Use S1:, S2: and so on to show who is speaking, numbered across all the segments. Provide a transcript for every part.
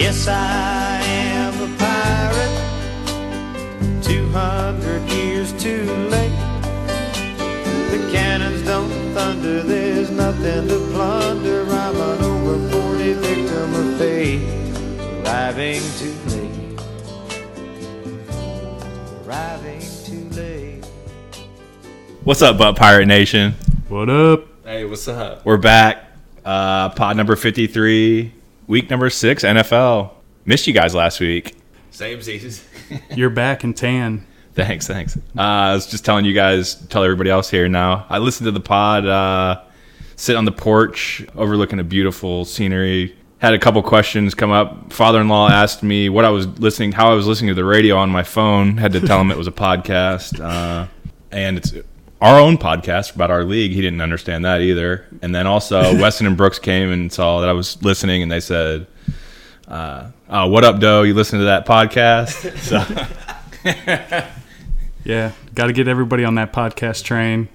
S1: Yes, I am a pirate, 200 years too late. The cannons don't thunder, there's nothing to plunder. I'm an over 40 victim of fate, arriving too late. Arriving too late.
S2: What's up, Butt Pirate Nation?
S3: What up?
S4: Hey, what's up?
S2: We're back. Uh, pod number 53, week number six, NFL. Missed you guys last week.
S4: Same season.
S3: You're back in tan.
S2: Thanks, thanks. Uh, I was just telling you guys, tell everybody else here now. I listened to the pod, uh, sit on the porch overlooking a beautiful scenery. Had a couple questions come up. Father in law asked me what I was listening, how I was listening to the radio on my phone. Had to tell him it was a podcast. Uh, and it's our own podcast about our league. He didn't understand that either. And then also, Weston and Brooks came and saw that I was listening and they said, uh, oh, What up, Doe? You listen to that podcast? So.
S3: Yeah, got to get everybody on that podcast train.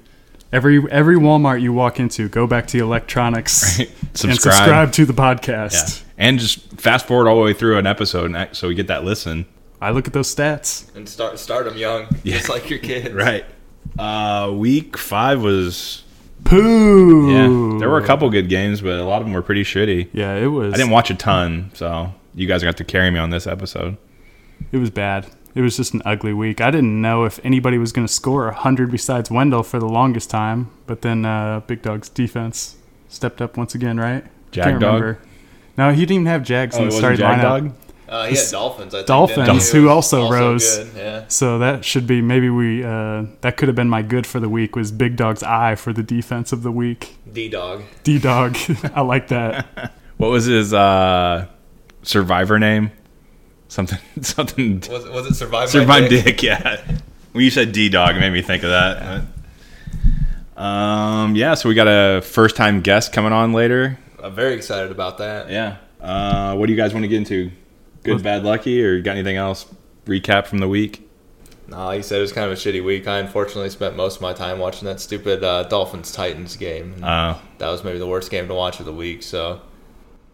S3: Every every Walmart you walk into, go back to electronics
S2: Right.
S3: and
S2: Subscribe.
S3: subscribe to the
S2: Yeah.
S3: podcast.
S2: And just fast forward all the way through an episode, and act- so we get that listen.
S3: I look at those stats.
S4: And start start them young, just like your kid.
S2: Uh, week five was
S3: Poo.
S2: yeah. There were a couple good games, but a lot of them were pretty shitty.
S3: Yeah, it was.
S2: I didn't watch a ton, so you guys got to carry me on this episode.
S3: it was bad. It was just an ugly week. I didn't know if anybody was going to score hundred besides Wendell for the longest time, but then uh, Big Dog's defense stepped up once again, right?
S2: Jag
S3: Can't
S2: Dog? Oh,
S3: remember. No, he didn't even have Jags in the starting lineup.
S4: Uh, yeah, Dolphins. I think,
S3: Dolphins,
S4: didn't they?
S3: who also rose.
S4: Good. Yeah.
S3: So that should be maybe we uh, that could have been my good for the week was Big Dog's eye for the defense of the week.
S4: D dog.
S3: D Dog, I like that.
S2: What was his uh, survivor name? Something something.
S4: Was, it- was it survive?
S2: Survive Dick. yeah. When you said D Dog, it made me think of that. Um, yeah, so we got a first time guest coming on later.
S4: I'm very excited about that.
S2: Yeah. Uh, what do you guys want to get into? Good, bad, lucky, or you got anything else? Recap from the week.
S4: Nah, you said it was kind of a shitty week. I unfortunately spent most of my time watching that stupid uh, Dolphins Titans game. And
S2: Uh,
S4: that was maybe the worst game to watch of the week. So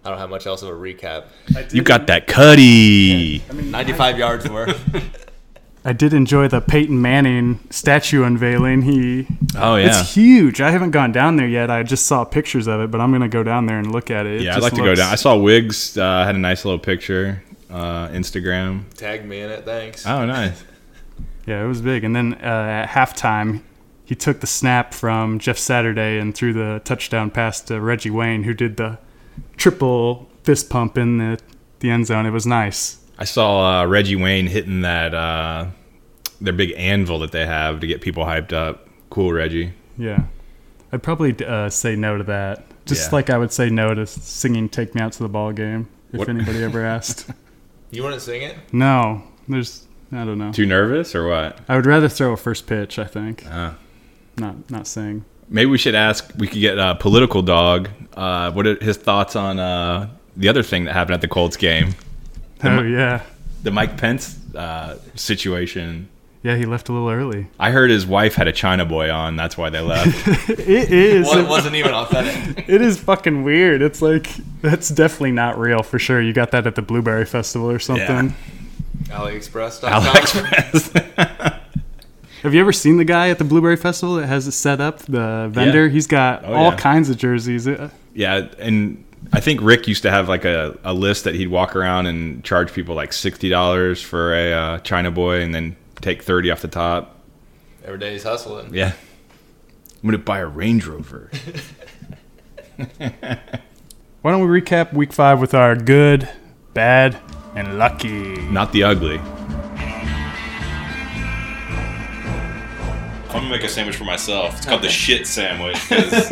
S4: I don't have much else of a recap.
S2: you got that Cuddy.
S4: 95 yards worth.
S3: I did enjoy the Peyton Manning statue unveiling. He
S2: Oh yeah,
S3: it's huge. I haven't gone down there yet. I just saw pictures of it, but I'm gonna go down there and look at it. It
S2: yeah. I'd
S3: just
S2: like to go
S3: looks-
S2: down. I saw Wiggs uh, had a nice little picture, uh, Instagram.
S4: Tag me in it, thanks.
S2: Oh nice.
S3: yeah, it was big. And then uh, at halftime, he took the snap from Jeff Saturday and threw the touchdown pass to Reggie Wayne, who did the triple fist pump in the the end zone. It was nice.
S2: I saw uh, Reggie Wayne hitting that uh, their big anvil that they have to get people hyped up. Cool, Reggie.
S3: Yeah. I'd probably uh, say no to that. Just
S2: Yeah.
S3: like I would say no to singing Take Me Out to the Ball Game if
S2: What-
S3: anybody ever asked.
S4: You want to sing it?
S3: No, there's, I don't know.
S2: Too nervous or what?
S3: I would rather throw a first pitch, I think.
S2: Ah.
S3: Not, not sing.
S2: Maybe we should ask. We could get uh, political dog. Uh, what are his thoughts on uh, the other thing that happened at the Colts game?
S3: Oh, yeah.
S2: the Mike Pence uh, situation.
S3: Yeah, he left a little early.
S2: I heard his wife had a China boy on. That's why they left.
S3: It is.
S4: Well, it wasn't even
S2: e-,
S4: authentic.
S3: it is fucking weird. It's like, that's definitely not real for sure. You got that at the Blueberry Festival or something.
S4: AliExpress.com.
S2: AliExpress.
S3: Have you ever seen the guy at the Blueberry Festival that has it set up? The vendor? He's got
S2: Oh,
S3: all
S2: yeah.
S3: kinds of jerseys. Uh,
S2: yeah, and I think Rick used to have like a, a list that he'd walk around and charge people like sixty dollars for a uh, China boy, and then take thirty off the top.
S4: Every day he's hustling.
S2: Yeah, I'm gonna buy a Range Rover.
S3: Why don't we recap week five with our good, bad, and lucky?
S2: not the ugly. I'm gonna make a sandwich for myself. It's called the shit sandwich because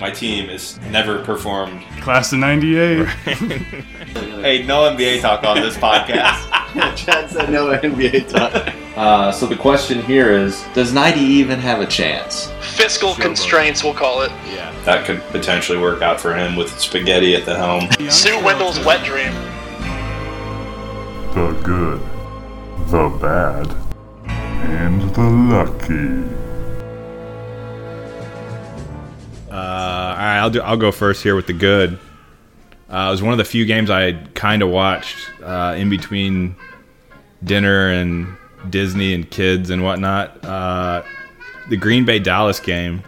S2: my team has never performed.
S3: Class of 98.
S4: Hey, no NBA talk on this podcast.
S5: Chad said no NBA talk. Uh, so the question here is, does 90 even have a chance?
S6: fiscal constraints, we'll call it.
S2: That could potentially work out for him with spaghetti at the helm.
S6: Sue Wendell's wet dream.
S7: the good, the bad, and the lucky.
S2: Uh, all right, I'll do. I'll go first here with the good. Uh, it was one of the few games I kind of watched uh, in between dinner and Disney and kids and whatnot. Uh, the Green Bay Dallas game.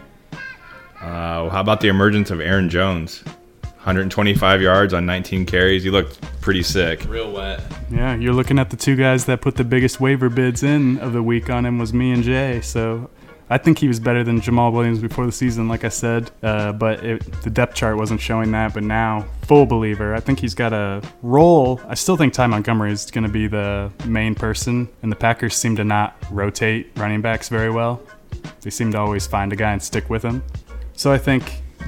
S2: Uh, how about the emergence of Aaron Jones? 125 yards on 19 carries. He looked pretty sick.
S4: Real wet.
S3: Yeah, you're looking at the two guys that put the biggest waiver bids in of the week on him was me and Jay. So I think he was better than Jamal Williams before the season, like I said. Uh, but it, the depth chart wasn't showing that. But now, full believer. I think he's got a role. I still think Ty Montgomery is going to be the main person. And the Packers seem to not rotate running backs very well. They seem to always find a guy and stick with him. So I think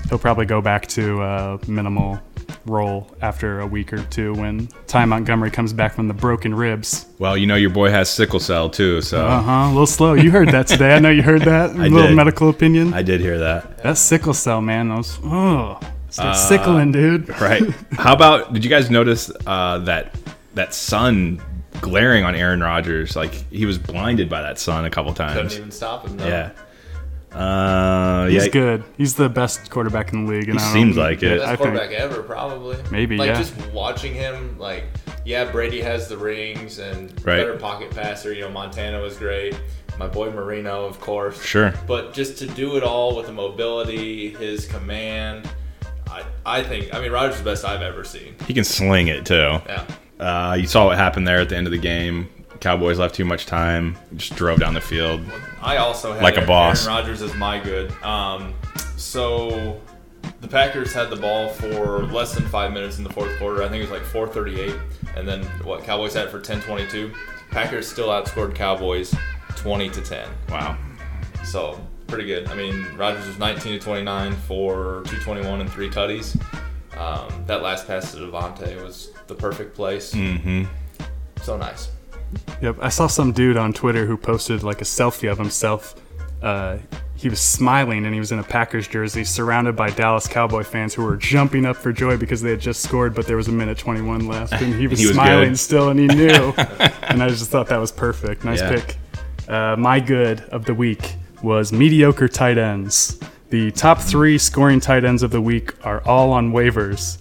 S3: he'll probably go back to a minimal role after a week or two when Ty Montgomery comes back from the broken ribs.
S2: Well, you know your boy has sickle cell too, so
S3: Uh huh. A little slow. You heard that today. I know you heard that. A
S2: I
S3: little
S2: did.
S3: medical opinion.
S2: I did hear that.
S3: that sickle cell, man. That was, oh, start sickling, dude.
S2: Uh, Right. how about did you guys notice uh, that that sun glaring on Aaron Rodgers? Like he was blinded by that sun a couple
S4: Couldn't
S2: times.
S4: even stop him. Though.
S2: Yeah. Uh,
S3: He's
S2: yeah.
S3: good. He's the best quarterback in the league. And
S2: He
S3: I don't-
S2: seems like it.
S4: Best
S3: I think-
S4: quarterback ever, probably.
S3: Maybe,
S4: Like
S3: yeah.
S4: just watching him, like yeah, Brady has the rings and
S2: Right.
S4: better pocket passer. You know, Montana was great. My boy Marino, of course.
S2: Sure.
S4: But just to do it all with the mobility, his command, I, I think. I mean, Rogers is the best I've ever seen.
S2: He can sling it too.
S4: Yeah.
S2: Uh, you saw what happened there at the end of the game. Cowboys left too much time. Just drove down the field.
S4: I also had
S2: Like a
S4: Aaron
S2: boss.
S4: Rodgers as my good. Um, so the Packers had the ball for less than five minutes in the fourth quarter. I think it was like 4:38, and then what Cowboys had it for 10:22. Packers still outscored Cowboys 20 to 10.
S2: Wow.
S4: So pretty good. I mean, Rodgers was 19 to 29 for 221 and three tutties. Um, that last pass to Devontae was the perfect place.
S2: Mm-hmm.
S4: So nice.
S3: Yep. I saw some dude on Twitter who posted like a selfie of himself. Uh, he was smiling and he was in a Packers jersey surrounded by Dallas Cowboy fans who were jumping up for joy because they had just scored, but there was a minute 21 left. And he was,
S2: He was
S3: smiling
S2: good.
S3: still and he knew. and I just thought that was perfect. Nice
S2: Yeah.
S3: pick. Uh, my good of the week was mediocre tight ends. The top three scoring tight ends of the week are all on waivers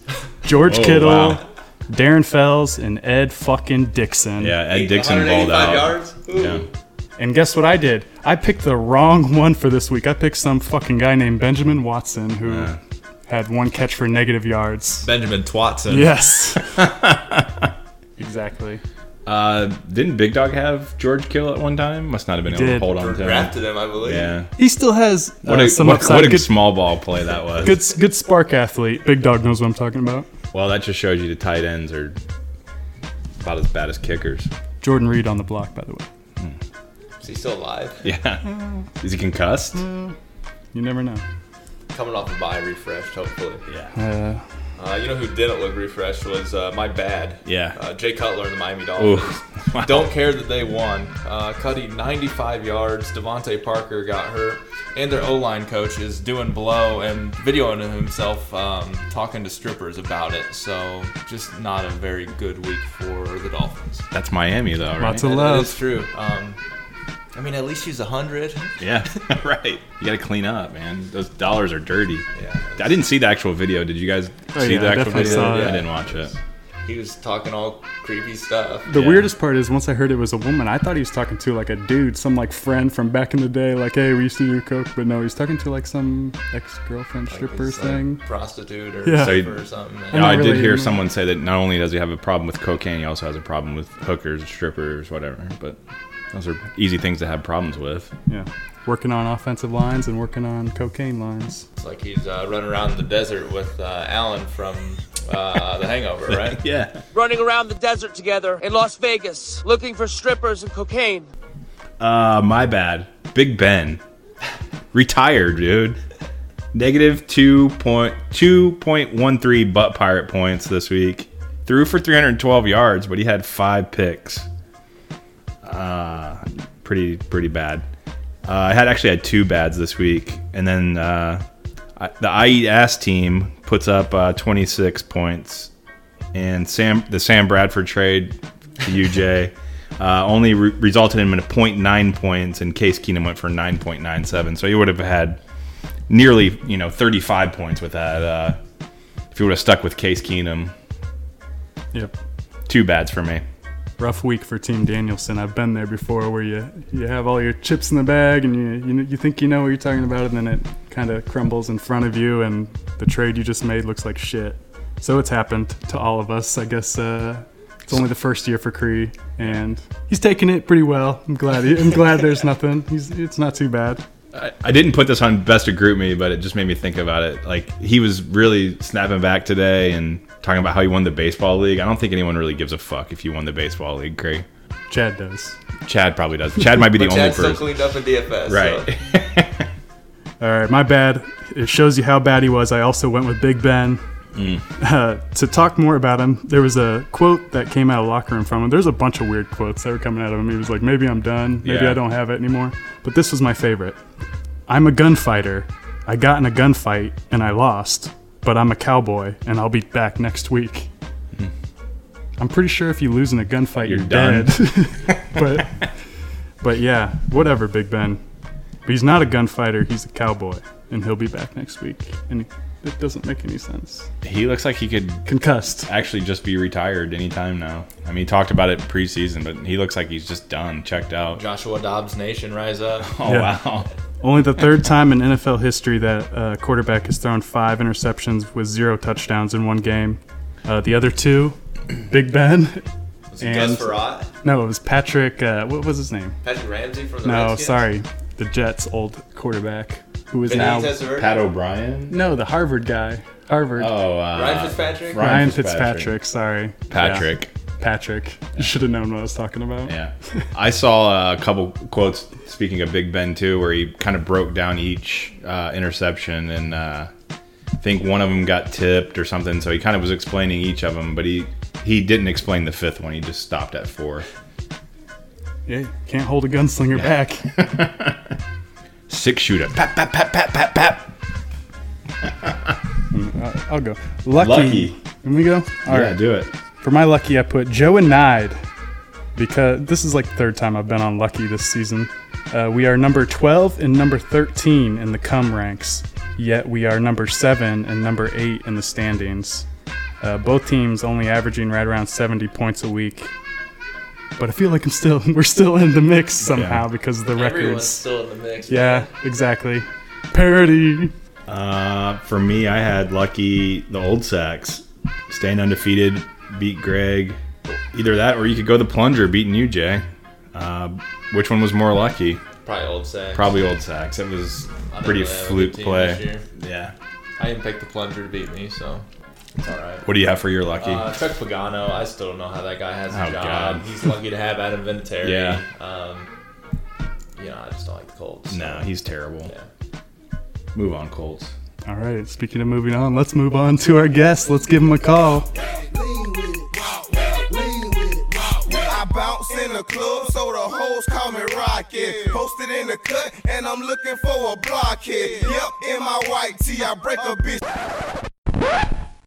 S3: George
S2: Oh,
S3: Kittle,
S2: wow.
S3: Darren Fells, and Ed fucking Dixon.
S2: Yeah, Ed Dixon balled
S4: 185
S2: out.
S4: yards. Ooh.
S2: Yeah.
S3: And guess what I did? I picked the wrong one for this week. I picked some fucking guy named Benjamin Watson who had one catch for negative yards.
S4: Benjamin Twatson.
S3: Yes. exactly.
S2: Uh, didn't Big Dog have George Kittle at one time? Must not have been able
S3: did.
S2: to hold on to him.
S4: Drafted him, I believe.
S2: Yeah.
S3: He still has uh,
S2: What a,
S3: some
S2: what,
S3: upside.
S2: what a
S3: good,
S2: small ball play that was.
S3: good, good spark athlete. Big dog knows what I'm talking about.
S2: Well, that just shows you the tight ends are about as bad as kickers.
S3: Jordan Reed on the block, by the way.
S4: Is he still alive?
S2: Yeah. Is he concussed?
S3: You never know.
S4: Coming off a bye, refreshed, hopefully.
S2: Yeah.
S3: Uh,
S4: Uh, you know who didn't look refreshed was uh, my bad.
S2: Yeah.
S4: Uh, Jay Cutler and the Miami
S2: Ooh.
S4: Dolphins. Don't care that they won. Uh, Cuddy 95 yards. Devontae Parker got hurt. And their O line coach is doing blow and videoing himself um, talking to strippers about it. So just not a very good week for the Dolphins.
S2: That's Miami, though, right?
S3: Lots of
S4: That is
S3: love.
S4: true. Um, I mean, at least she's 100.
S2: Yeah, right. You got to clean up, man. Those dollars are dirty.
S4: Yeah.
S2: I didn't see the actual video. Did you guys see
S3: Oh, yeah,
S2: the
S3: I
S2: actual
S3: definitely
S2: video?
S3: saw it.
S2: I didn't watch it.
S4: He was talking all creepy stuff.
S3: The
S2: Yeah.
S3: weirdest part is once I heard it was a woman, I thought he was talking to like a dude, some like friend from back in the day, like, hey, we used to do coke, but no, he's talking to like some ex girlfriend stripper
S4: He's, like,
S3: thing.
S4: prostitute or
S3: Yeah.
S2: So you-
S4: stripper or something.
S2: No, Oh, I did
S3: really
S2: hear
S3: even-
S2: someone say that not only does he have a problem with cocaine, he also has a problem with hookers, strippers, whatever. But those are easy things to have problems with.
S3: Yeah. Working on offensive lines and working on cocaine lines.
S4: It's like he's uh, running around the desert with uh, Alan from uh, The Hangover, right?
S2: Yeah.
S8: running around the desert together in Las Vegas looking for strippers and cocaine.
S2: Uh, my bad. Big Ben. Retired, dude. Negative 2.2.13 butt pirate points this week. Threw for 312 yards, but he had five picks. Uh, pretty, pretty bad. Uh, I had actually had two bads this week. And then uh, I, the I Eat Ass team puts up uh, 26 points. And Sam, the Sam Bradford trade to UJ uh, only re- resulted in him in a 0.9 points, and Case Keenum went for 9.97. So he would have had nearly, you know, 35 points with that uh, if If you would have stuck with Case Keenum,
S3: Yep.
S2: two bads for me.
S3: Rough week for Team Danielson. I've been there before, where you you have all your chips in the bag and you you, you think you know what you're talking about, and then it kind of crumbles in front of you, and the trade you just made looks like shit. So it's happened to all of us. I guess uh, it's only the first year for Cree, and he's taking it pretty well. I'm glad. He, I'm glad there's nothing. He's it's not too bad.
S2: I, I didn't put this on best of group me, but it just made me think about it. Like he was really snapping back today and talking about how he won the baseball league. I don't think anyone really gives a fuck if you won the baseball league, Craig.
S3: Chad does.
S2: Chad probably does. Chad might be the
S4: But
S2: only
S4: Chad still
S2: person.
S4: cleaned up in DFS.
S2: Right.
S4: So.
S3: All right, my bad. It shows you how bad he was. I also went with Big Ben. Uh, to talk more about him, there was a quote that came out of the locker room from him. There's a bunch of weird quotes that were coming out of him. He was like, maybe I'm done. Maybe
S2: Yeah.
S3: I don't have it anymore. But this was my favorite. I'm a gunfighter. I got in a gunfight and I lost, but I'm a cowboy and I'll be back next week. I'm pretty sure if you lose in a gunfight,
S2: Hmm. You're
S3: you're,
S2: done.
S3: dead. but, but yeah, whatever, Big Ben. But he's not a gunfighter, he's a cowboy, and he'll be back next week. And it doesn't make any sense.
S2: He looks like he could
S3: Concussed.
S2: actually just be retired anytime now. I mean, he talked about it preseason, but he looks like he's just done, checked out.
S4: Joshua Dobbs Nation rise up.
S2: Oh
S3: Yeah.
S2: wow.
S3: Only the third time in NFL history that a quarterback has thrown five interceptions with zero touchdowns in one game. Uh, the other two, Big Ben.
S4: Was it Gus
S3: And-
S4: Farrat?
S3: No, it was Patrick. Uh, what was his name?
S4: Patrick Ramsey from the
S3: No,
S4: Redskins?
S3: sorry, the Jets' old quarterback, who is
S4: Benitez
S3: now
S4: Serrano?
S2: Pat O'Brien.
S3: no the Harvard guy. Harvard.
S2: Oh, uh,
S4: Ryan Fitzpatrick?
S2: Ryan
S3: Ryan
S2: Fitzpatrick.
S3: Fitzpatrick. Sorry,
S2: Patrick.
S3: Yeah, Patrick. You should have known what I was talking about.
S2: Yeah. I saw a couple quotes speaking of Big Ben too, where he kind of broke down each uh, interception, and uh, I think one of them got tipped or something. So he kind of was explaining each of them, but he he didn't explain the fifth one. He just stopped at four.
S3: Yeah, you can't hold a gunslinger back.
S2: Six shooter. Pap pap pap pap pap pap.
S3: I- I'll go. Lucky.
S2: Lucky.
S3: Can we go?
S2: All
S3: All
S2: right,
S3: right.
S2: do it.
S3: For my lucky, I put Joe and Nide because this is like the third time I've been on lucky this season. Uh, we are number 12 and number 13 in the cum ranks, yet we are number 7 and number 8 in the standings. Uh, both teams only averaging right around 70 points a week. But I feel like I'm still we're still in the mix somehow because of the
S4: Everyone's
S3: records.
S4: still in the mix.
S3: Yeah, exactly. Parody.
S2: Uh, for me, I had lucky the old sacks, staying undefeated, beat Greg. Either that, or you could go the plunger, beating you, Jay. Uh, which one was more lucky?
S4: Probably old sack.
S2: Probably old sacks. It was
S4: I didn't
S2: pretty
S4: really have a
S2: fluke
S4: good team this
S2: play.
S4: year.
S2: Yeah.
S4: I didn't pick the plunger to beat me, so it's all right.
S2: What do you have for your lucky?
S4: Uh, Chuck Pagano, I still don't know how that guy has a
S2: Oh,
S4: job.
S2: God.
S4: He's lucky to have Adam Vinatieri.
S2: Yeah.
S4: Um, you know, I just don't like the Colts. so,
S2: no, he's terrible.
S4: Yeah.
S2: Move on, Colts.
S3: All right, speaking of moving on, let's move on to our guest. Let's give him a call.
S9: lean with it, lean with it. I bounce in the club, so the hoes call me Rocket. Posted in the cut, and I'm looking for a blockhead. Yep, in my white tee, I break a bitch.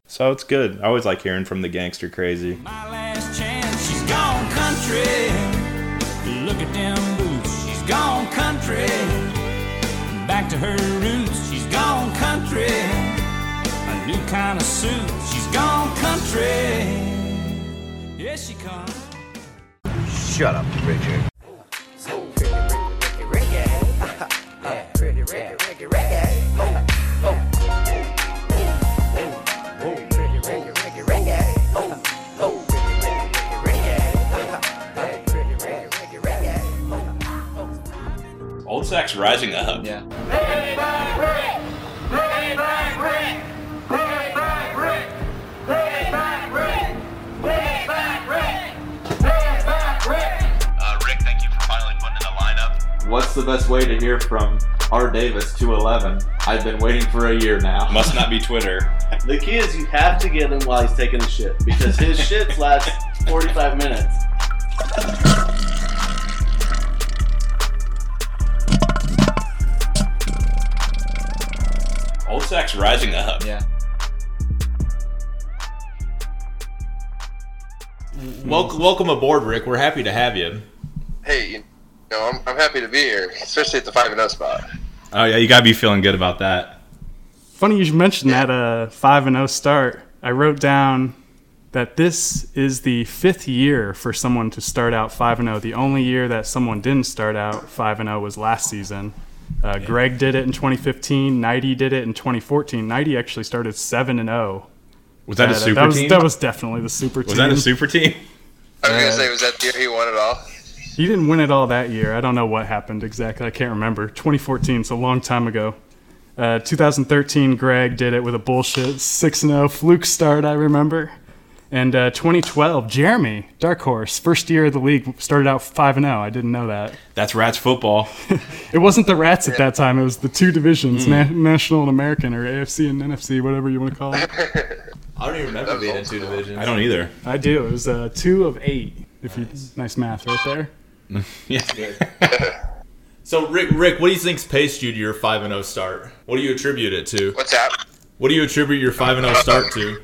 S2: So it's good. I always like hearing from the gangster crazy.
S10: My last chance, she's gone country. Look at them boots, she's gone country. Back to her roots, she's gone country. A new kind of suit, she's gone country. Yes, she comes.
S11: Old Sack's rising up.
S5: Yeah.
S11: Uh, Rick, thank you for finally putting in the lineup.
S5: What's the best way to hear from R. Davis 211? I've been waiting for a year now.
S11: Must not be Twitter.
S5: The key is you have to get him while he's taking a shit because his shits last 45 minutes.
S11: Old Sack's rising up.
S5: Yeah.
S4: Welcome, welcome aboard, Rick. We're happy to have you.
S10: Hey, you know, I'm, I'm happy to be here, especially at the 5 and 0 spot.
S2: Oh yeah, you gotta be feeling good about that.
S3: Funny you should mention that uh, five and zero start. I wrote down that this is the fifth year for someone to start out five and zero. The only year that someone didn't start out five and zero was last season. Uh, Greg did it in 2015. Nighty did it in 2014. Nighty actually started seven and zero.
S2: Was that a
S3: That-
S2: super
S3: that was,
S2: team?
S3: That was definitely the super team.
S2: Was that a super team?
S12: I was gonna say, was that the year he won it all?
S3: He didn't win it all that year. I don't know what happened exactly. I can't remember. 2014, it's a long time ago. Uh, 2013, Greg did it with a bullshit 6 0 fluke start, I remember. And uh, 2012, Jeremy, Dark Horse, first year of the league, started out 5 0. I didn't know that.
S2: That's Rats football.
S3: It wasn't the Rats at that time, it was the two divisions,
S2: Mm.
S3: na- National and American, or AFC and NFC, whatever you want to call it.
S4: I don't even remember being in two divisions.
S2: I don't either.
S3: I do. It was uh, 2 of 8. If you, nice math right there.
S4: So Rick, Rick, what do you think's paced you to your five and zero start? What do you attribute it to?
S12: What's that?
S4: What do you attribute your five and zero start to?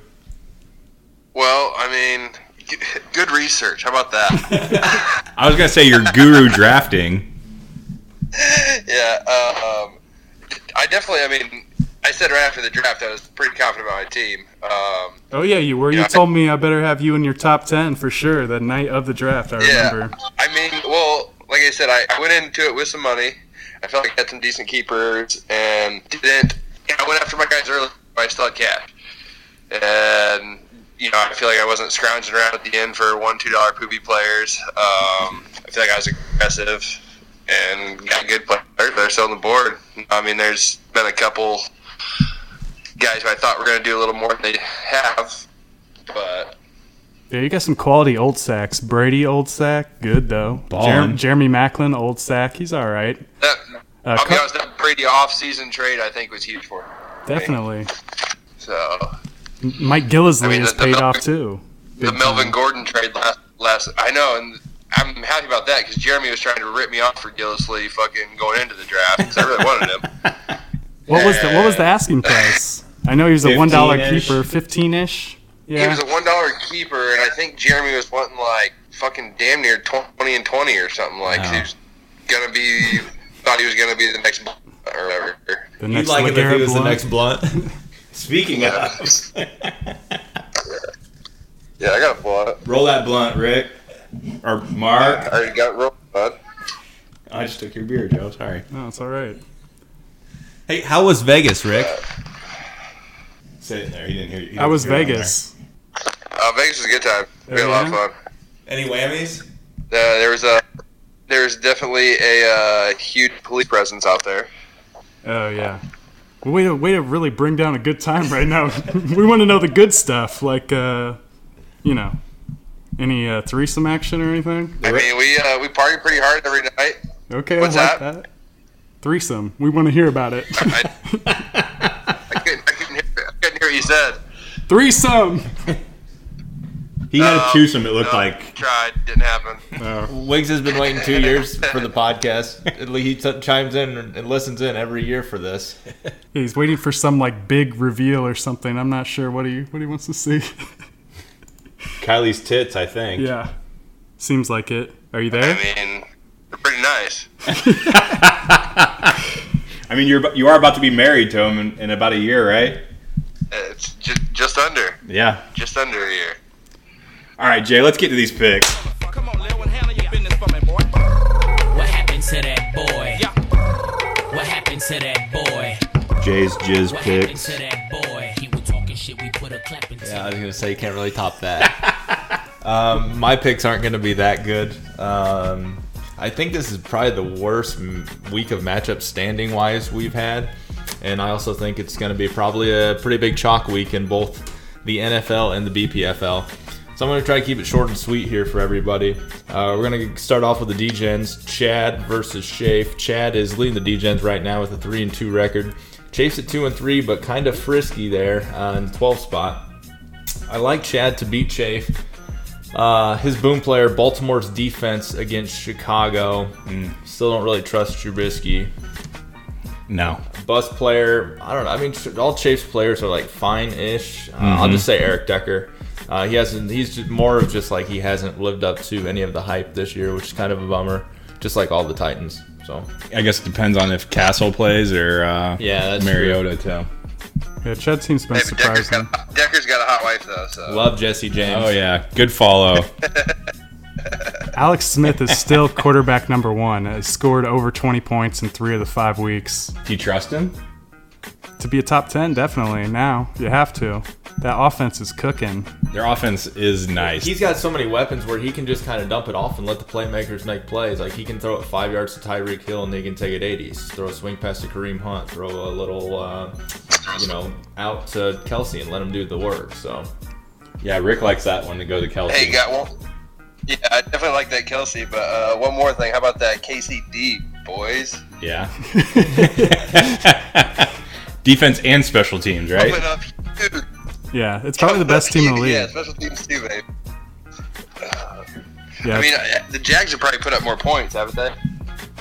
S12: Well, I mean, g- good research. How about that?
S2: I was gonna say your guru drafting.
S12: yeah. uh, Um, I definitely. I mean, I said right after the draft, I was pretty confident about my team. Um,
S3: Oh yeah, you were. You
S12: Yeah.
S3: told me I better have you in your top ten for sure. The night of the draft, I
S12: Yeah.
S3: remember.
S12: I mean, well, like I said, I, I went into it with some money. I felt like I had some decent keepers and didn't. yeah, I went after my guys early, but I still had cash. And, you know, I feel like I wasn't scrounging around at the end for one, $2 poopy players. Um, I feel like I was aggressive and got good players that are still on the board. I mean, there's been a couple guys who I thought were going to do a little more than they have, but
S3: Yeah, you got some quality old sacks. Brady old sack, good though.
S12: Ballin'.
S3: Jeremy Macklin old sack, he's all right.
S12: That,
S3: Uh,
S12: I'll be
S3: Cup-
S12: honest, that Brady off-season trade I think was huge for him.
S3: Definitely.
S12: So
S3: M- Mike Gillisley
S12: I mean,
S3: is
S12: the- the
S3: paid
S12: Mel-
S3: off too.
S12: the Melvin Gordon trade last last I know, and I'm happy about that because Jeremy was trying to rip me off for Gillisley fucking going into the draft 'cause I really wanted him.
S3: What was the What was the asking price? I know he was a one dollar
S12: 15-ish.
S3: keeper, fifteen ish.
S12: He
S3: Yeah.
S12: was a one dollar keeper, and I think Jeremy was wanting like fucking damn near twenty and twenty or something like. 'cause He was gonna be thought he was gonna be the next Bl- or whatever.
S3: The
S4: You'd like him if he was the next blunt.
S2: Speaking
S12: of, yeah, I got a blunt.
S2: Roll that blunt, Rick. Or Mark.
S12: I already got rolled, bud.
S2: I just took your beer, Joe. Sorry.
S3: No, Oh, it's all right.
S4: Hey, how was Vegas, Rick?
S2: Sitting there, he didn't hear you.
S3: I was Vegas.
S12: Uh, Vegas was a good time. We had a lot of fun.
S4: Any whammies?
S12: Uh, there was a there was definitely a uh, huge police presence out there.
S3: Oh yeah. Well, way to way to really bring down a good time right now. we want to know the good stuff, like uh, you know, any uh, threesome action or anything.
S12: I mean, we uh, we party pretty hard every night.
S3: Okay,
S12: What's
S3: I like that? Threesome. We want to hear about it.
S12: I couldn't, I couldn't, hear, I couldn't hear what you said.
S3: Threesome.
S2: He had a
S12: No,
S2: twosome, it looked
S12: no,
S2: like.
S12: Tried, didn't happen.
S4: Wiggs has been waiting two years for the podcast. At least He t- chimes in and listens in every year for this.
S3: He's waiting for some like big reveal or something. I'm not sure what he what he wants to see.
S2: Kylie's tits, I think.
S3: yeah, seems like it. Are you there?
S12: I mean, they're pretty nice.
S2: I mean, you're you are about to be married to him in, in about a year, right?
S12: It's just just under,
S2: Yeah.
S12: just under a year.
S2: All right, Jay. Let's get to these picks.
S10: What happened to that boy? What happened to that boy?
S2: Jay's jizz
S10: What happened
S2: picks.
S10: to that boy? He was talking shit, we put a clap in
S4: Yeah, I was gonna say you can't really top that. um, my picks aren't gonna be that good. Um, I think this is probably the worst m- week of matchup standing wise we've had, and I also think it's gonna be probably a pretty big chalk week in both the NFL and the BPFL. So I'm gonna try to keep it short and sweet here for everybody. Uh, we're gonna start off with the DGens, Chad versus Shafe. Chad is leading the DGens right now with a three and two record. Chafe's at two and three, but kind of frisky there uh, in the 12th spot. I like Chad to beat Chafe. Uh, his boom player, Baltimore's defense against Chicago. Still don't really trust Trubisky.
S2: No.
S4: Bus player, I don't know. I mean, tr- all Chafe's players are like fine-ish. Uh, I'll
S2: Mhm.
S4: just say Eric Decker. Uh, he hasn't. He's just more of just like he hasn't lived up to any of the hype this year, which is kind of a bummer. Just like all the Titans. So
S2: I guess it depends on if Castle plays or uh,
S4: Yeah, that's
S2: Mariota too.
S3: Yeah, Chad seems to be
S12: Maybe Decker's
S3: surprising.
S12: got, Decker's got a hot wife though, so
S4: Love Jesse James.
S2: Oh yeah, good follow.
S3: Alex Smith is still quarterback number one. He scored over 20 points in three of the five weeks.
S2: Do you trust him?
S3: To be a top 10, definitely. Now, you have to. That offense is cooking.
S2: Their offense is nice.
S4: He's got so many weapons where he can just kind of dump it off and let the playmakers make plays. Like he can throw it five yards to Tyreek Hill and they can take it 80s. Throw a swing pass to Kareem Hunt. Throw a little, uh, you know, out to Kelsey and let him do the work. So
S2: yeah, Rick likes that one to go to Kelsey.
S12: Hey, got one. Yeah, I definitely like that Kelsey, but uh, one more thing. How about that KCD, boys?
S2: Yeah. Defense and special teams, right?
S12: Coming up huge.
S3: Yeah, it's probably the best team in the
S12: Yeah,
S3: league.
S12: special teams too, babe. Uh,
S3: Yeah.
S12: I mean, I- the Jags have probably put up more points, haven't they?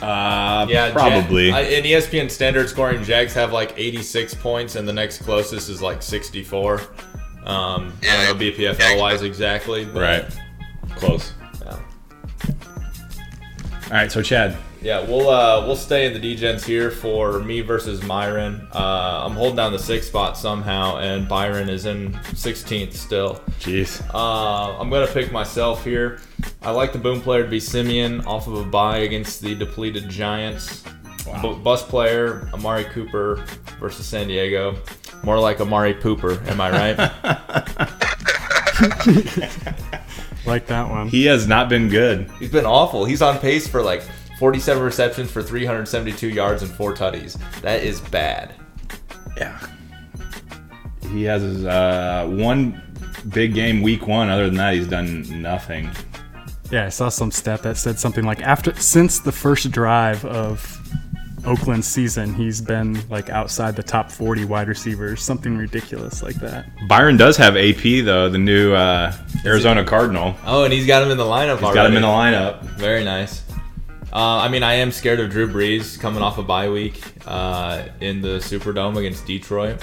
S2: Uh,
S4: yeah, Jag-
S2: probably.
S4: I- in E ESPN standard scoring, Jags have like 86 points, and the next closest is like 64. Um, I don't know BPFL wise exactly. But
S2: right. Close.
S4: Yeah.
S2: All right, so Chad.
S4: Yeah, we'll uh, we'll stay in the D-gens here for me versus Myron. Uh, I'm holding down the sixth spot somehow, and Byron is in 16th still.
S2: Jeez.
S4: Uh, I'm gonna pick myself here. I like the boom player to be Simeon off of a bye against the depleted Giants. Bu- bus player Amari Cooper versus San Diego. More like Amari Pooper, am I right?
S3: Like that one.
S2: He has not been good.
S4: He's been awful. He's on pace for like 47 receptions for 372 yards and four tutties. That is bad.
S2: He has his, uh, one big game week one. Other than that, he's done nothing.
S3: Yeah, I saw some stat that said something like after since the first drive of Oakland's season, he's been like outside the top 40 wide receivers, something ridiculous like that.
S2: Byron does have AP though, the new uh, Arizona Cardinal.
S4: Oh, and he's got him in the lineup
S2: He's
S4: already.
S2: got him in the lineup.
S4: Very nice. Uh, I mean, I am scared of Drew Brees coming off a bye week uh, in the Superdome against Detroit.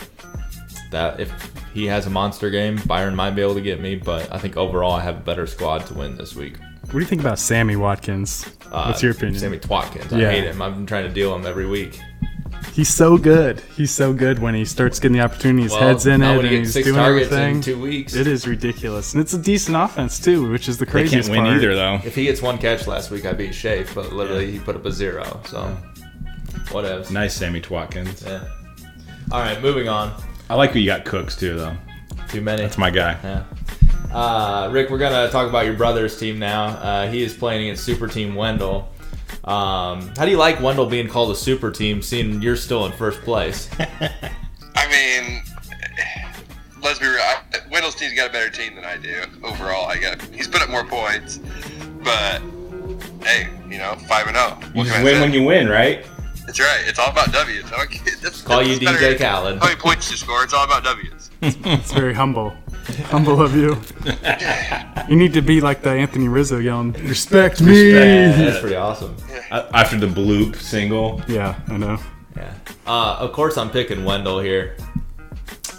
S4: That if he has a monster game, Byron might be able to get me, but I think overall I have a better squad to win this week.
S3: What do you think about Sammy Watkins?
S4: Uh,
S3: What's your opinion?
S4: Sammy Twatkins. I
S3: Yeah.
S4: hate him. I've been trying to deal him every week.
S3: He's so good. He's so good when he starts getting the opportunity. His
S4: Well,
S3: head's in it,
S4: now when
S3: and
S4: he gets
S3: he's
S4: six
S3: doing
S4: targets in
S3: everything.
S4: two weeks.
S3: It is ridiculous, and it's a decent offense too, which is the craziest part.
S4: If he gets one catch last week, I beat Shafe, but literally he put up a zero. So, whatever.
S2: Nice, Sammy Twatkins.
S4: Yeah. All right, moving on.
S2: I like who you got Cooks too though.
S4: Too many.
S2: That's my guy.
S4: Yeah. Uh, Rick, we're gonna talk about your brother's team now. Uh, he is playing against Super Team Wendell. Um, how do you like Wendell being called a super team, seeing you're still in first place?
S12: I mean, let's be real. I- Wendell's team's got a better team than I do overall. I got he's put up more points, but hey, you know, five and oh. zero.
S2: You just win when you win, right?
S12: That's right. It's all about W's. I don't care. That's,
S2: Call you
S12: that's better- Oh,
S2: DJ Khaled.
S12: How many points you score? It's all about W's.
S3: it's very humble, humble of you. You need to be like the Anthony Rizzo yelling, "Respect me."
S4: That's pretty awesome.
S2: After the bloop single.
S3: Yeah, I know.
S4: Yeah. Uh, of course, I'm picking Wendell here.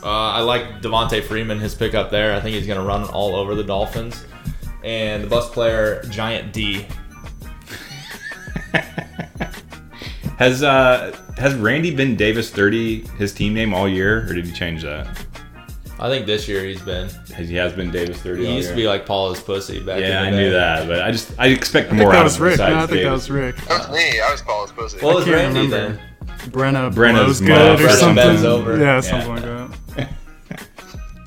S4: Uh, I like Devonte Freeman, his pickup there. I think he's going to run all over the Dolphins. And the bus player, Giant D.
S2: Has uh has Randy been Davis thirty his team name all year, or did he change that?
S4: I think this year he's been.
S2: Has he has been Davis thirty?
S4: He
S2: all
S4: used to
S2: year?
S4: be like Paula's pussy back in the
S2: Yeah, I
S4: day.
S2: knew that, but I just I expect
S3: I think
S2: more
S3: that
S2: out
S3: was
S2: of him
S3: Rick. No,
S2: besides
S3: I think that
S2: Davis.
S3: was Rick.
S12: That was me. I was Paul's pussy.
S4: What was
S3: I can't
S4: Randy
S3: remember.
S4: then?
S3: Brenna
S2: Brenna's
S3: blows good
S2: mother.
S3: or something.
S2: Brenna's over.
S3: Yeah,
S2: Yeah.
S3: something like that.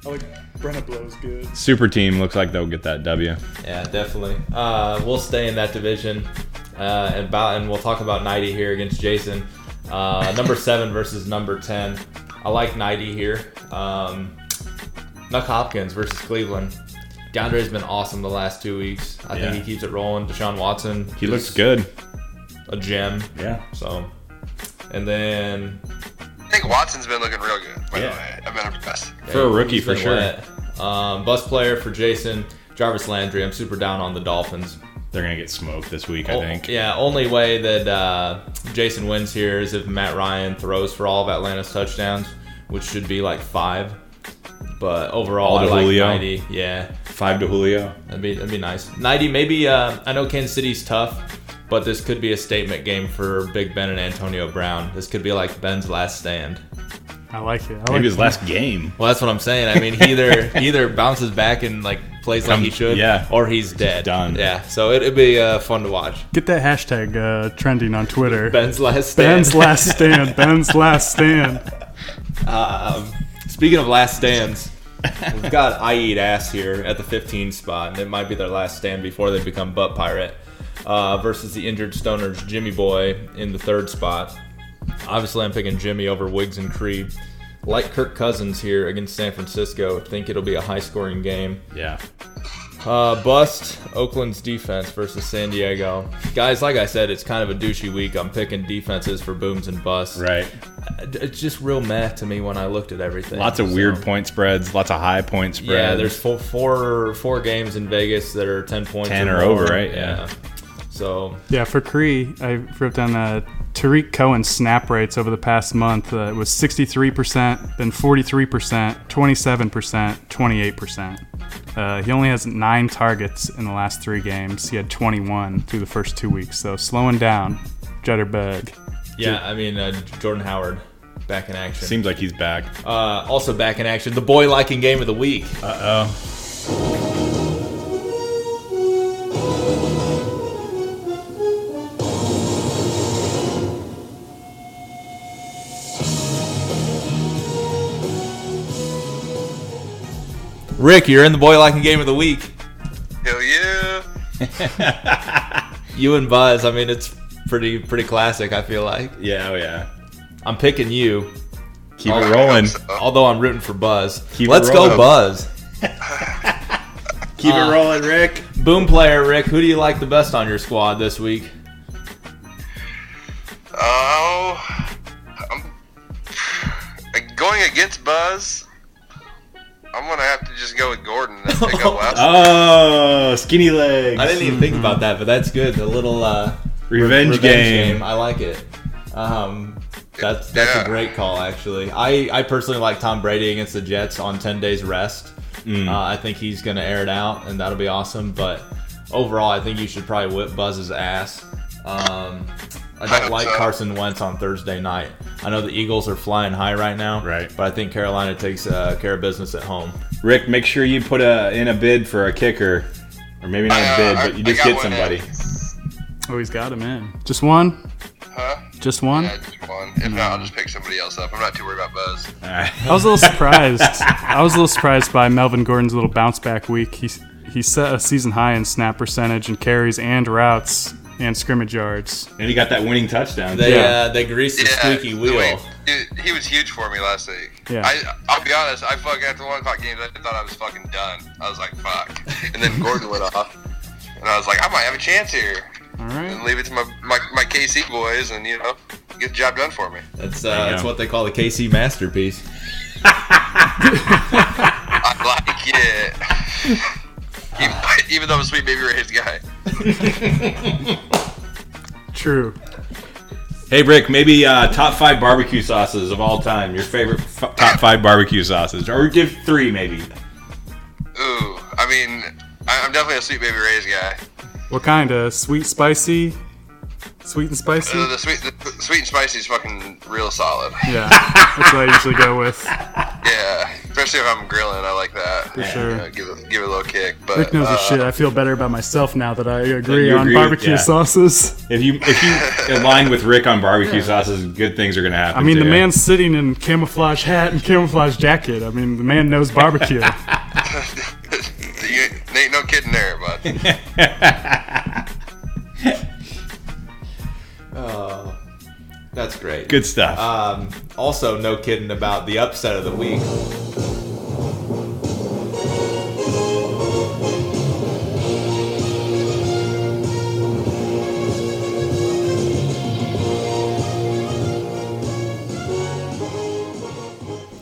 S3: I like Brenna blows good.
S2: Super team looks like they'll get that W.
S4: Yeah, definitely. Uh, we'll stay in that division, uh, and about and we'll talk about Nighty here against Jason. Uh, number seven versus number ten. I like Nighty here. Um, Nuck Hopkins versus Cleveland. DeAndre's been awesome the last two weeks. I
S2: Yeah.
S4: think he keeps it rolling. Deshaun Watson.
S2: He
S4: is
S2: looks good.
S4: A gem.
S2: Yeah.
S4: So, and then
S12: I think Watson's been looking real good. By the way, I've been impressed.
S2: For a rookie,
S4: he's
S2: for
S4: been
S2: sure.
S4: wet. Um, bus player for Jason. Jarvis Landry. I'm super down on the Dolphins.
S2: They're gonna get smoked this week, I
S4: Oh,
S2: think.
S4: Yeah, only way that uh, Jason wins here is if Matt Ryan throws for all of Atlanta's touchdowns, which should be like five. But overall,
S2: All to
S4: I like
S2: Julio.
S4: 90. Yeah,
S2: Five to Julio.
S4: that'd be that'd be nice. 90, maybe. Uh, I know Kansas City's tough, but this could be a statement game for Big Ben and Antonio Brown. This could be like Ben's last stand.
S3: I like it. I like
S2: Maybe his
S3: it.
S2: last game.
S4: Well, that's what I'm saying. I mean, he either he either bounces back and like plays like he should,
S2: Um, yeah.
S4: or he's dead.
S2: done.
S4: Yeah. So it, it'd be uh, fun to watch.
S3: Get that hashtag uh, trending on Twitter.
S4: Ben's last stand.
S3: Ben's last stand. Ben's last stand.
S4: Um, speaking of last stands, we've got I Eat Ass here at the 15 spot, and it might be their last stand before they become Butt Pirate uh, versus the injured Stoners Jimmy Boy in the third spot. Obviously, I'm picking Jimmy over Wiggs and Creed. Like Kirk Cousins here against San Francisco, I think it'll be a high scoring game.
S2: Yeah.
S4: Uh, bust Oakland's defense versus San Diego. Guys, like I said, it's kind of a douchey week. I'm picking defenses for booms and busts.
S2: Right.
S4: It's just real meh to me when I looked at everything.
S2: Lots of
S4: so.
S2: weird point spreads, lots of high point spreads.
S4: Yeah, there's four, four four games in Vegas that are ten points.
S2: 10 or
S4: more.
S2: over, right? Yeah.
S4: So
S3: Yeah, for Cree, I wrote down uh, Tariq Cohen's snap rates over the past month. Uh, it was 63%, then 43%, 27%, 28%. Uh, he only has nine targets in the last three games. He had 21 through the first two weeks, so slowing down. Judderbug.
S4: yeah, I mean uh, Jordan Howard back in action.
S2: Seems like he's back.
S4: Uh, also back in action, the boy liking game of the week.
S2: Uh oh.
S4: Rick, you're in the boy liking game of the week.
S12: Hell yeah.
S4: You and Buzz. I mean, it's pretty pretty classic. I feel like.
S2: Yeah, oh yeah.
S4: I'm picking you.
S2: Keep it rolling.
S4: Although I'm rooting for Buzz.
S2: Keep it
S4: Let's
S2: rolling.
S4: go, Buzz.
S2: Keep
S4: Uh,
S2: it rolling, Rick.
S4: Boom player, Rick. Who do you like the best on your squad this week?
S12: Oh, I'm going against Buzz. I'm gonna have to just go with Gordon. And pick up last.
S2: Oh, skinny legs.
S4: I didn't even
S2: Mm-hmm.
S4: think about that, but that's good. The little uh, re-
S2: Revenge game.
S4: I like it. Um, that's that's a great call, actually. I, I personally like Tom Brady against the Jets on ten days rest.
S2: Mm.
S4: Uh, I think he's gonna air it out, and that'll be awesome. But overall, I think you should probably whip Buzz's ass. Um, I don't like Carson Wentz on Thursday night. I know the Eagles are flying high right now, right? But I think Carolina takes uh, care of business at home.
S2: Rick, make sure you put a in a bid for a kicker, or maybe not a
S4: I,
S2: bid,
S4: uh,
S2: but you
S4: I- I
S2: just
S4: got
S2: get
S4: one
S2: somebody.
S3: Oh, he's got him in. Just one?
S12: Huh?
S3: Just one?
S12: Yeah, just one. If not, I'll just pick somebody else up. I'm not too worried about Buzz.
S3: I was a little surprised. I was a little surprised by Melvin Gordon's little bounce back week. He he set a season high in snap percentage and carries and routes and scrimmage yards.
S2: And he got that winning touchdown.
S4: They
S2: too.
S4: uh, they greased the squeaky wheel.
S12: Dude, he was huge for me last week.
S3: Yeah.
S12: I, I'll be honest. I fucking after one o'clock games, I thought I was fucking done. I was like, fuck. And then Gordon went off, and I was like, I might have a chance here.
S3: All right.
S12: And leave it to my, my my KC boys, and you know, get the job done for me.
S4: That's uh,
S2: There you
S4: that's
S2: go.
S4: what they call the KC masterpiece.
S12: I like it. even, even though Sweet Baby Ray's guy.
S3: True.
S2: Hey, Rick, maybe uh, top five barbecue sauces of all time. Your favorite f- top five barbecue sauces, or give three maybe.
S12: Ooh, I mean, I, I'm definitely a Sweet Baby Ray's guy.
S3: What kind of sweet spicy? Sweet and spicy?
S12: Uh, the sweet, the sweet and spicy is fucking real solid.
S3: Yeah. That's what I usually go with.
S12: Yeah, especially if I'm grilling, I like that.
S3: For
S12: You
S3: sure.
S12: know, give, it, give it a little kick. But
S3: Rick knows
S12: uh,
S3: his shit. I feel better about myself now that I agree
S2: You
S3: on
S2: agree with-
S3: barbecue
S2: yeah.
S3: sauces.
S2: If you if you align with Rick on barbecue sauces, good things are gonna happen.
S3: I mean,
S2: to
S3: the
S2: you.
S3: man's sitting in camouflage hat and camouflage jacket. I mean, the man knows barbecue.
S12: uh, You ain't- ain't no kidding there, bud.
S4: Oh, that's great.
S2: Good stuff.
S4: Um, also, no kidding about the upset of the week.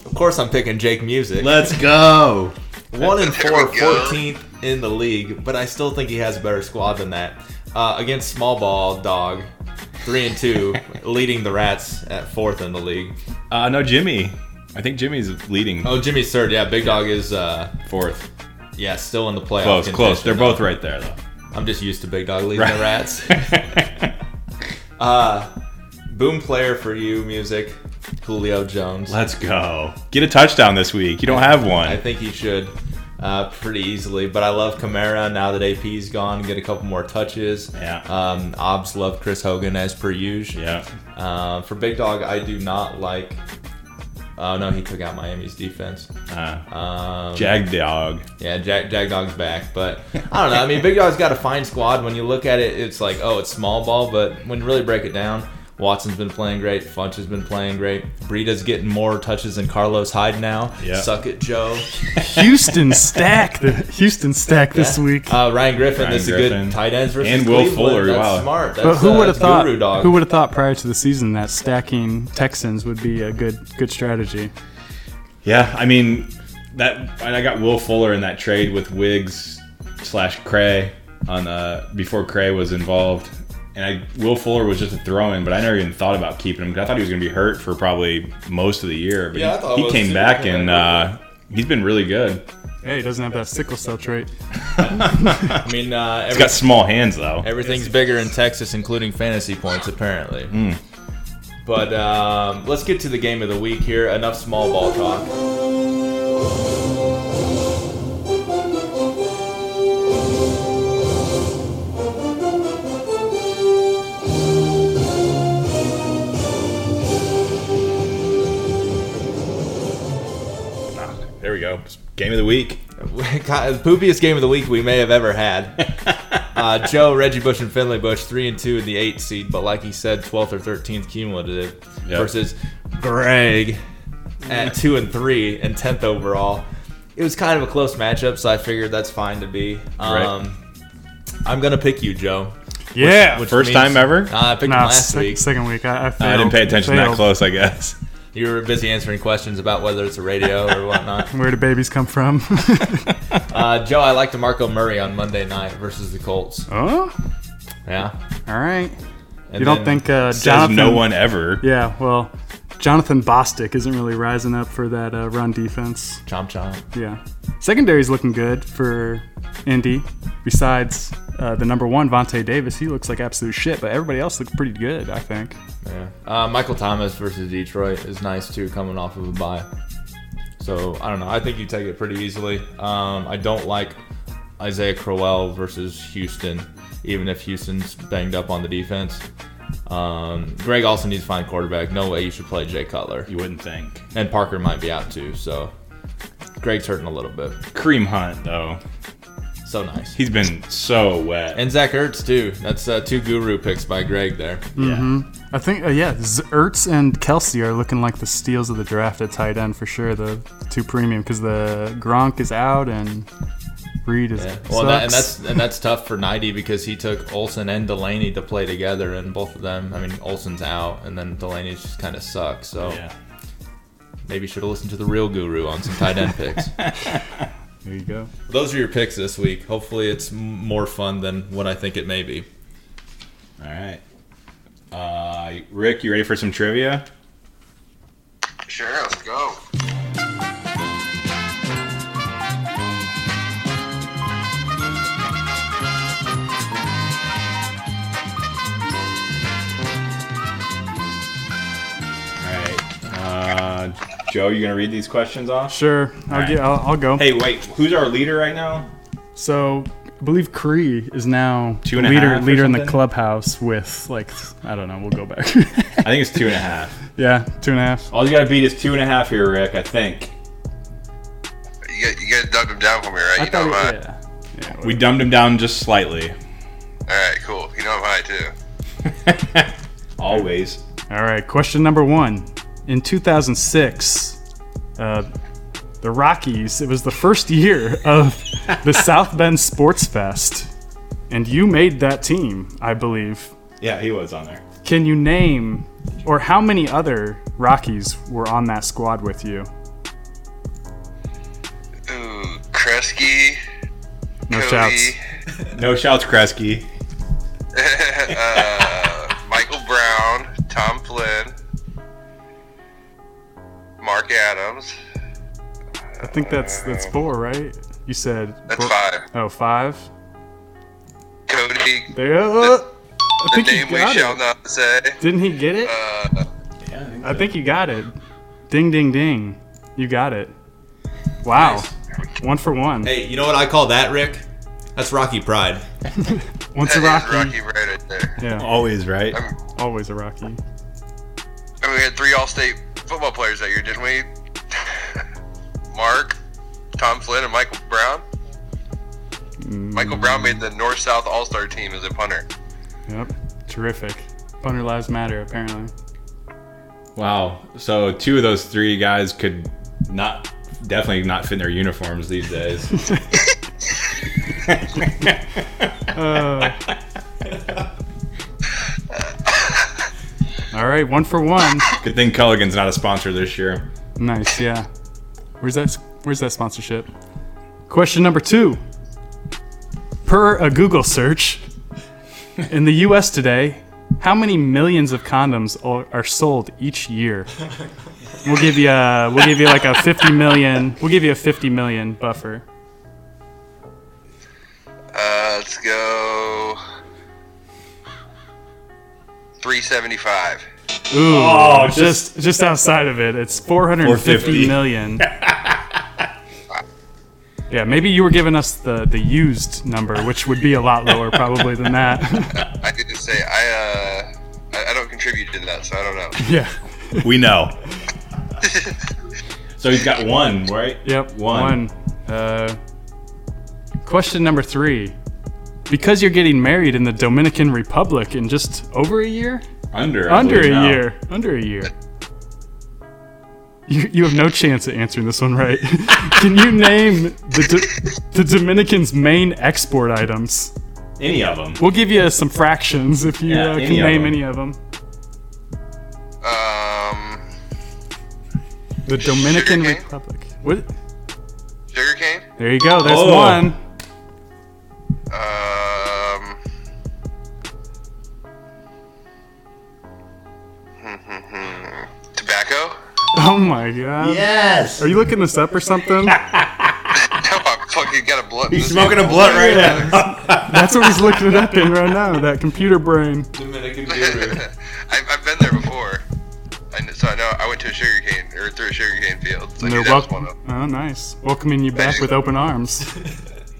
S4: Of course, I'm picking Jake Music.
S2: Let's go.
S4: One and
S12: There
S4: four,
S12: we go.
S4: 14th in the league, but I still think he has a better squad than that. Uh, against small ball dog, three and two, leading the Rats at fourth in the league.
S2: Uh, no, Jimmy. I think Jimmy's leading
S4: Oh, Jimmy's third. Yeah, Big Dog is uh,
S2: fourth.
S4: yeah still in the playoff.
S2: Close, close.
S4: contention,
S2: They're
S4: though.
S2: both right there though.
S4: I'm just used to Big Dog leading
S2: Right.
S4: the Rats. uh, boom player for you, music. Julio Jones.
S2: Let's go. Get a touchdown this week. You don't have one.
S4: I think he should uh, pretty easily. But I love Kamara now that AP's gone. Get a couple more touches.
S2: Yeah.
S4: Um, Obs love Chris Hogan as per usual.
S2: Yeah.
S4: Uh, for Big Dog, I do not like. Oh no, he took out Miami's defense.
S2: Ah. Jag Dog.
S4: Yeah, Jag, Jag Dog's back, but I don't know. I mean, Big Dog's got a fine squad. When you look at it, it's like, oh, it's small ball, but when you really break it down, Watson's been playing great. Funch has been playing great. Breida's getting more touches than Carlos Hyde now.
S2: Yeah.
S4: Suck it, Joe.
S3: Houston stack the Houston stack this
S4: Yeah.
S3: week.
S4: Uh, Ryan Griffin
S2: Ryan
S4: is a
S2: Griffin.
S4: good tight ends versus
S2: And Will
S4: Cleveland.
S2: Fuller,
S4: That's
S2: wow.
S4: smart. That's,
S3: but who
S4: uh,
S3: would have thought?
S4: Guru dog.
S3: Who would have thought prior to the season that stacking Texans would be a good good strategy?
S2: Yeah, I mean that. and I got Will Fuller in that trade with Wiggs slash Cray on uh, before Cray was involved, and I Will Fuller was just a throw-in, but I never even thought about keeping him 'cause I thought he was going to be hurt for probably most of the year. But
S4: Yeah, I
S2: he,
S4: thought it
S2: he
S4: was
S2: came
S4: too.
S2: back and uh, he's been really good.
S3: Hey, he doesn't have that sickle cell trait.
S4: I mean, uh,
S2: He's
S4: every-
S2: got small hands though.
S4: everything's bigger in Texas, including fantasy points, apparently.
S2: Mm.
S4: But um, let's get to the game of the week here. Enough small ball talk.
S2: Ah, there we go. Game of the week.
S4: God, the poopiest game of the week we may have ever had. Uh, Joe, Reggie Bush, and Finley Bush, three and two in the eight seed, but like he said, twelfth or thirteenth cumulative
S2: Yep.
S4: versus Greg at two and three and tenth overall. It was kind of a close matchup, so I figured that's fine to be.
S2: Right.
S4: Um, I'm gonna pick you, Joe.
S3: Yeah,
S4: Which
S2: First time ever?
S4: Uh, I picked
S3: Nah,
S4: him last
S3: sec-
S4: week.
S3: second week. I, I, failed,
S2: I didn't pay attention that
S3: Failed.
S2: close, I guess.
S4: You were busy answering questions about whether it's a radio or whatnot.
S3: Where do babies come from?
S4: Uh, Joe, I like DeMarco Murray on Monday night versus the Colts.
S3: oh,
S4: Yeah.
S3: all right.
S4: And
S3: you don't
S4: then-
S3: think uh,
S2: Says
S3: Jonathan?
S2: no one ever.
S3: Yeah, well, Jonathan Bostic isn't really rising up for that uh, run defense.
S4: Chomp chomp.
S3: Yeah. Secondary's looking good for Indy. Besides uh, the number one, Vontae Davis, he looks like absolute shit, but everybody else looks pretty good, I think.
S4: Yeah. Uh, Michael Thomas versus Detroit is nice too, coming off of a bye. So I don't know. I think you take it pretty easily. Um, I don't like Isaiah Crowell versus Houston, even if Houston's banged up on the defense. Um, Greg also needs to find quarterback. No way you should play Jay Cutler,
S2: You wouldn't think.
S4: and Parker might be out too. So Greg's hurting a little bit.
S2: Cream Hunt though.
S4: So nice.
S2: He's been so wet.
S4: And Zach Ertz too. That's uh, two guru picks by Greg there.
S2: Mm-hmm.
S3: I think, uh, yeah, Z- Ertz and Kelsey are looking like the steals of the draft at tight end for sure, the two premium, because the Gronk is out and Reed is.
S4: Yeah. Well, that, and
S3: sucks.
S4: that's and that's tough for 90 because he took Olson and Delaney to play together, and both of them. I mean, Olson's out, and then Delaney's just kind of sucks. So
S2: yeah.
S4: maybe should have listened to the real guru on some tight end picks.
S3: There you go.
S4: Those are your picks this week. Hopefully, it's m- more fun than what I think it may be.
S2: All right. Uh, Rick, you ready for some trivia?
S12: Sure, let's go.
S2: All right. Uh, Joe, you gonna read these questions off?
S3: Sure. I'll,
S2: right.
S3: get, I'll, I'll go.
S2: Hey, wait. Who's our leader right now?
S3: So I believe Cree is now
S2: Two and a
S3: leader
S2: half or
S3: leader in the
S2: something?
S3: clubhouse with like I don't know. We'll go back.
S2: I think it's two and a half.
S3: yeah, two and a half.
S2: All you gotta beat is two and a half here, Rick. I think
S12: You guys, you guys dubbed him down for me, right?
S3: I
S12: you know
S3: thought
S12: I'm high.
S3: it- yeah. Yeah,
S2: we dumbed him down just slightly.
S12: All right, cool. You know I'm high too.
S2: Always.
S3: All right, question number one. In 2006, uh, the Rockies, it was the first year of the South Bend Sports Fest, and you made that team, I believe.
S2: Yeah, he was on there.
S3: Can you name, or how many other Rockies were on that squad with you?
S12: Ooh, Kresge,
S3: No
S12: Cody,
S3: shouts.
S2: No shouts, Kresge.
S12: uh, Michael Brown, Tom Flynn, Mark Adams.
S3: I think that's that's four, right? You said
S12: That's
S3: four-
S12: five.
S3: Oh, five.
S12: Cody,
S3: There. I
S12: the
S3: think he
S12: name we
S3: got
S12: shall
S3: it.
S12: not say.
S3: Didn't he get it?
S12: Uh,
S2: Yeah, I think
S3: I think you got it. Ding, ding, ding. You got it. Wow. One for one.
S4: Hey, you know what I call that, Rick? That's Rocky Pride.
S3: Once a
S12: That is
S3: Rocky.
S12: Rocky right, right there.
S3: Yeah.
S2: Always, right?
S3: Always a Rocky.
S12: I mean, we had three All-State football players that year, didn't we? Mark, Tom Flynn, and Michael Brown. Michael Brown
S3: Mm.
S12: made the North-South All-Star team as a punter.
S3: Yep. Terrific. Punter lives matter, apparently.
S4: Oh,
S2: Wow. So two of those three guys could not definitely not fit in their uniforms these days.
S3: Uh. All right, one for one.
S2: Good thing Culligan's not a sponsor this year.
S3: Nice, yeah. Where's that? Where's that sponsorship? Question number two. Per a Google search, in the U.S. today, how many millions of condoms are, are sold each year? We'll give you a, we'll give you like a 50 million. We'll give you a 50 million buffer.
S12: Uh, let's go. 375.
S3: Ooh,
S12: Oh,
S3: just just outside of it. It's 450
S12: 450.
S3: million. yeah, maybe you were giving us the the used number, which would be a lot lower probably than that.
S12: I could just say I uh I, I don't contribute to that, so I don't know.
S3: yeah.
S2: We know. So he's got one, right?
S3: Yep.
S2: One.
S3: One. Uh, question number three. Because you're getting married in the Dominican Republic in just over a year?
S2: Under. I
S3: Under a
S2: believe now.
S3: year. Under a year. You, you have no chance at answering this one right. Can you name the, Do- the Dominican's main export items?
S2: Any of them.
S3: We'll give you some fractions if you
S2: Yeah,
S3: uh,
S2: any
S3: can
S2: of
S3: name
S2: them.
S3: any of them.
S12: Um,
S3: The Dominican Republic. What?
S12: sugar cane.
S3: There you go. There's
S2: Oh.
S3: one.
S12: Um. Tobacco?
S3: Oh my god.
S12: Yes.
S3: Are you looking this up or something?
S12: no, I fucking got a blunt.
S3: He's
S12: This
S3: smoking
S12: is-
S3: a blunt right now. That's what he's looking it up in right now. That computer brain.
S4: Dominican beer.
S12: I've, I've been there before. I, kn- so I know I went to a sugar cane or through a sugar cane field. So I
S3: They're
S12: knew that was
S3: welcome.
S12: one of them.
S3: Oh, nice. Welcoming you back with open arms.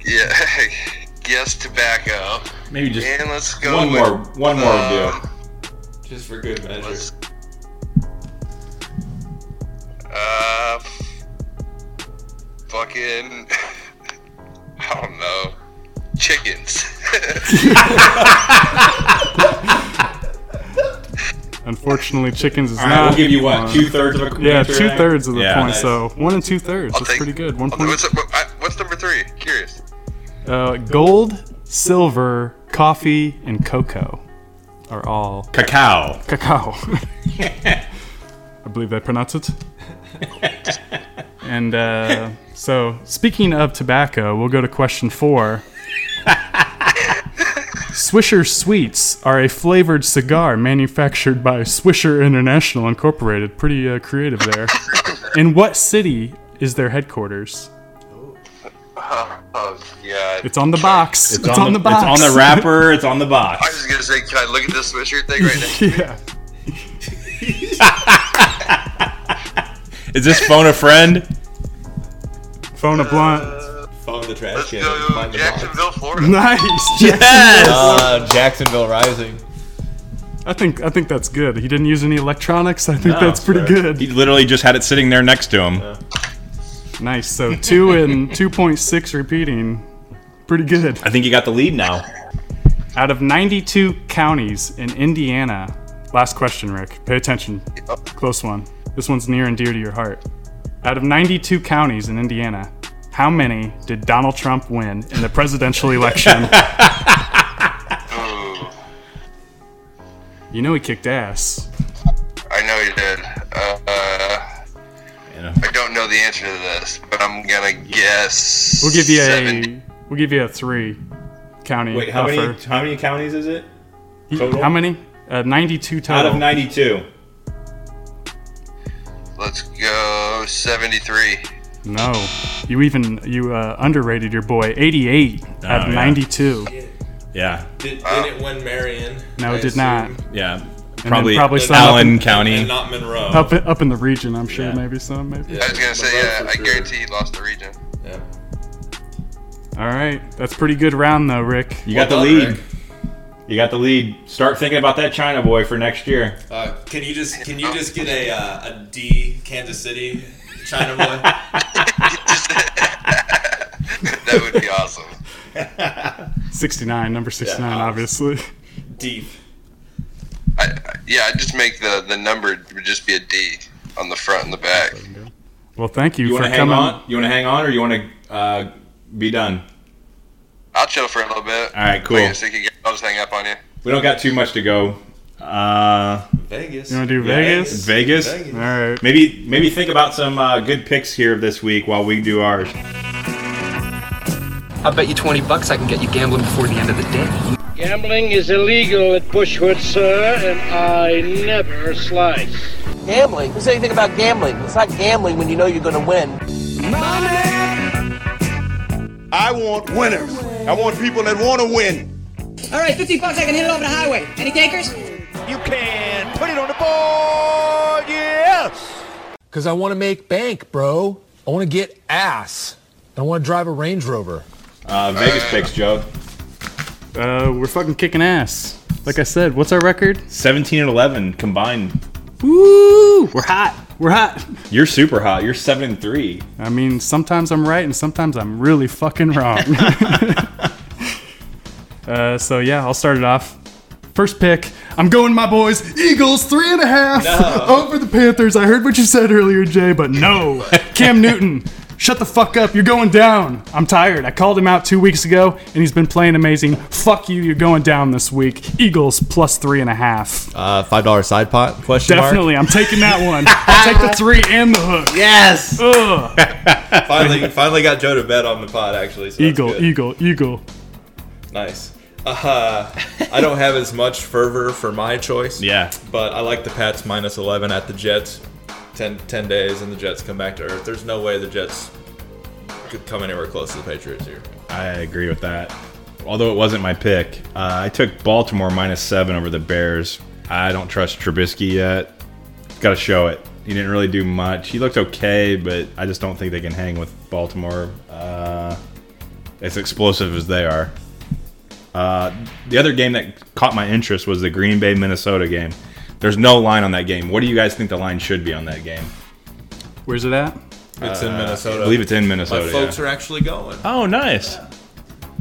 S12: Yeah. Guess tobacco.
S2: Maybe just
S12: and let's go
S2: one
S12: with,
S2: more. One more would
S4: uh,
S2: do.
S12: um,
S4: Just for good measure.
S12: Uh, f- fucking, I don't know, chickens.
S3: Unfortunately, chickens is
S2: All right,
S3: not.
S2: we'll give you what,
S3: uh,
S2: two-thirds of a
S3: Yeah,
S2: answer,
S3: two
S2: right?
S3: thirds of the
S2: Yeah,
S3: point.
S2: nice.
S3: So one and two thirds. That's pretty good. One point.
S12: what's, up, what- I- what's number three? Curious.
S3: Uh, gold, silver, coffee, and cocoa are all
S2: cacao.
S3: Cacao. I believe I pronounced it. and uh, so, speaking of tobacco, we'll go to question four. Swisher Sweets are a flavored cigar manufactured by Swisher International Incorporated. Pretty uh, creative there. In what city is their headquarters?
S4: Uh,
S12: Oh, oh, yeah.
S3: It's on the box. It's, on, the, box.
S2: It's on the wrapper. It's on the box.
S12: I was gonna say, can I look at this Swisher thing right now?
S3: yeah.
S2: Is this phone a friend?
S3: Phone a blunt.
S4: Phone the trash can. Find the
S12: Jacksonville, Florida.
S3: Nice.
S4: box.
S3: Jacksonville.
S4: Uh, Jacksonville Rising.
S3: I think I think that's good. He didn't use any electronics. I think
S2: No,
S3: that's pretty
S2: fair.
S3: good.
S2: He literally just had it sitting there next to him.
S3: Nice. So two and two point six repeating. Pretty good.
S2: I think you got the lead now.
S3: Out of ninety-two counties in Indiana, last question, Rick. Pay attention. Close one. This one's near and dear to your heart. Out of ninety-two counties in Indiana, how many did Donald Trump win in the presidential election? you know he kicked ass.
S12: I know you did. Uh, uh, I don't know the answer to this, but I'm gonna guess.
S3: We'll give you
S12: seventy.
S3: a we'll give you a three county.
S2: Wait, how many?
S3: buffer.
S2: How many counties is it?
S3: He-
S2: total?
S3: How many? Uh, Ninety-two
S2: Out
S3: total.
S2: of ninety-two.
S12: Let's go seventy-three.
S3: No, you even you uh, underrated your boy. Eighty-eight out
S2: Oh,
S3: of
S2: yeah.
S3: ninety-two.
S2: Yeah.
S4: Did, did it win Marion?
S3: No,
S4: I
S3: it did
S4: assume?
S3: not.
S2: Yeah.
S3: then
S2: Probably
S3: some up
S2: Allen
S3: in-
S2: County. And
S4: not Monroe.
S3: Up up in the region, I'm sure. Maybe some. Maybe.
S12: I was gonna say, yeah, I guarantee he lost the region.
S4: Yeah.
S3: All right, that's pretty good round though, Rick.
S2: You got the lead. You got the lead. Start thinking about that China boy for next year.
S4: Uh, can you just can you just get a uh, a D Kansas City China boy?
S12: That would be awesome.
S3: 69, number 69,
S12: Yeah.
S3: obviously.
S4: Deep.
S12: Yeah, I just make the the number would just be a D on the front and the back.
S3: Well, thank you,
S2: You
S3: for
S2: want to hang
S3: coming.
S2: on? You want to hang on, or you want to uh, be done?
S12: I'll chill for a little bit.
S2: All right, cool.
S12: Like I said, you guys- I'll just hang up on you.
S2: We don't got too much to go. Uh,
S4: Vegas.
S3: You wanna do Vegas?
S2: Vegas.
S3: All right.
S2: Maybe maybe think about some uh, good picks here this week while we do ours.
S13: I bet you 20 bucks I can get you gambling before the end of the day.
S14: Gambling is illegal at Bushwood, sir, and I never slice.
S8: Gambling? Who said anything about gambling? It's not gambling when you know you're gonna win.
S15: I want winners. I want people that want to win.
S16: All right, 50 bucks, I can hit it over the highway. Any takers? You can put it on the board, yes!
S17: Because I want to make bank, bro. I want to get ass. I want to drive a Range Rover.
S2: Uh, Vegas picks, Joe.
S3: Uh, we're fucking kicking ass. Like I said, what's our record?
S2: 17 and 11 combined.
S3: Woo! We're hot. We're hot.
S2: You're super hot. You're seven and three.
S3: I mean, sometimes I'm right and sometimes I'm really fucking wrong. uh, so, yeah, I'll start it off. First pick, I'm going, my boys, Eagles three and a half over the Panthers. I heard what you said earlier, Jay, but no. Cam Newton, shut the fuck up. You're going down. I'm tired. I called him out two weeks ago, and he's been playing amazing. Fuck you. You're going down this week. Eagles plus three and a half.
S18: Uh, Five dollar side pot? Question
S3: Definitely, I'm taking that one. I'll take the three and the hook.
S18: Yes.
S3: Ugh.
S4: Finally, finally got Joe to bet on the pod. Actually, so that's
S3: Eagle,
S4: good.
S3: eagle, eagle.
S4: Nice. Uh, I don't have as much fervor for my choice.
S2: Yeah.
S4: But I like the Pats minus 11 at the Jets. 10, 10 days and the Jets come back to earth. There's no way the Jets could come anywhere close to the Patriots here.
S2: I agree with that. Although it wasn't my pick, uh, I took Baltimore minus seven over the Bears. I don't trust Trubisky yet. Got to show it. He didn't really do much. He looked okay, but I just don't think they can hang with Baltimore uh, as explosive as they are. Uh, the other game that caught my interest was the Green Bay Minnesota game. There's no line on that game. What do you guys think the line should be on that game?
S3: Where's it at?
S4: It's in
S2: Uh,
S4: Minnesota.
S2: I believe it's in Minnesota,
S4: My folks
S2: yeah.
S4: are actually going.
S2: Oh, nice.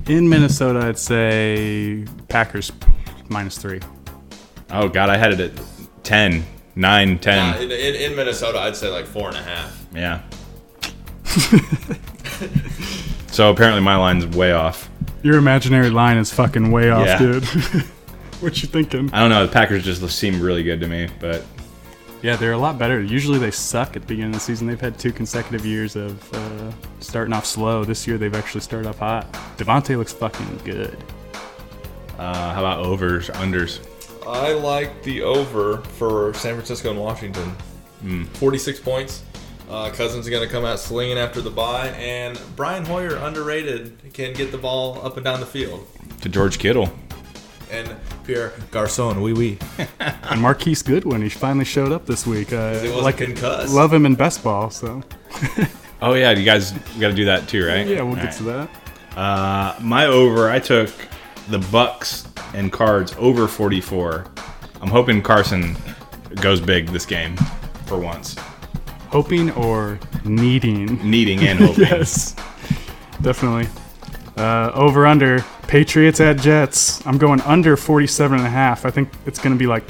S3: In Minnesota, I'd say Packers minus three.
S2: Oh, God, I had it at 10, 9, 10.
S4: Nah, Uh, in, in, in Minnesota, I'd say like four and a half.
S2: Yeah. so apparently my line's way off.
S3: Your imaginary line is fucking way off,
S2: Yeah.
S3: dude. what you thinking?
S2: I don't know. The Packers just seem really good to me, but
S3: Yeah, they're a lot better. Usually they suck at the beginning of the season. They've had two consecutive years of uh, starting off slow. This year they've actually started off hot. Devontae looks fucking good.
S2: Uh, how about overs, unders?
S4: I like the over for San Francisco and Washington.
S2: Mm.
S4: 46 points. Uh, Cousins is going to come out slinging after the bye, and Brian Hoyer, underrated, can get the ball up and down the field.
S2: to George Kittle.
S4: And Pierre Garcon, wee wee.
S3: and Marquise Goodwin, he finally showed up this week. Uh,
S4: he wasn't
S3: like
S4: concussed.
S3: love him in best ball. So
S2: Oh yeah, you guys got to do that too, right?
S3: Yeah, we'll get to that.
S2: Uh, my over, I took the Bucks and Cards over 44. I'm hoping Carson goes big this game for once.
S3: hoping or needing,
S2: needing and hoping.
S3: yes, definitely. Uh, over under Patriots at Jets. I'm going under 47 and a half. I think it's going to be like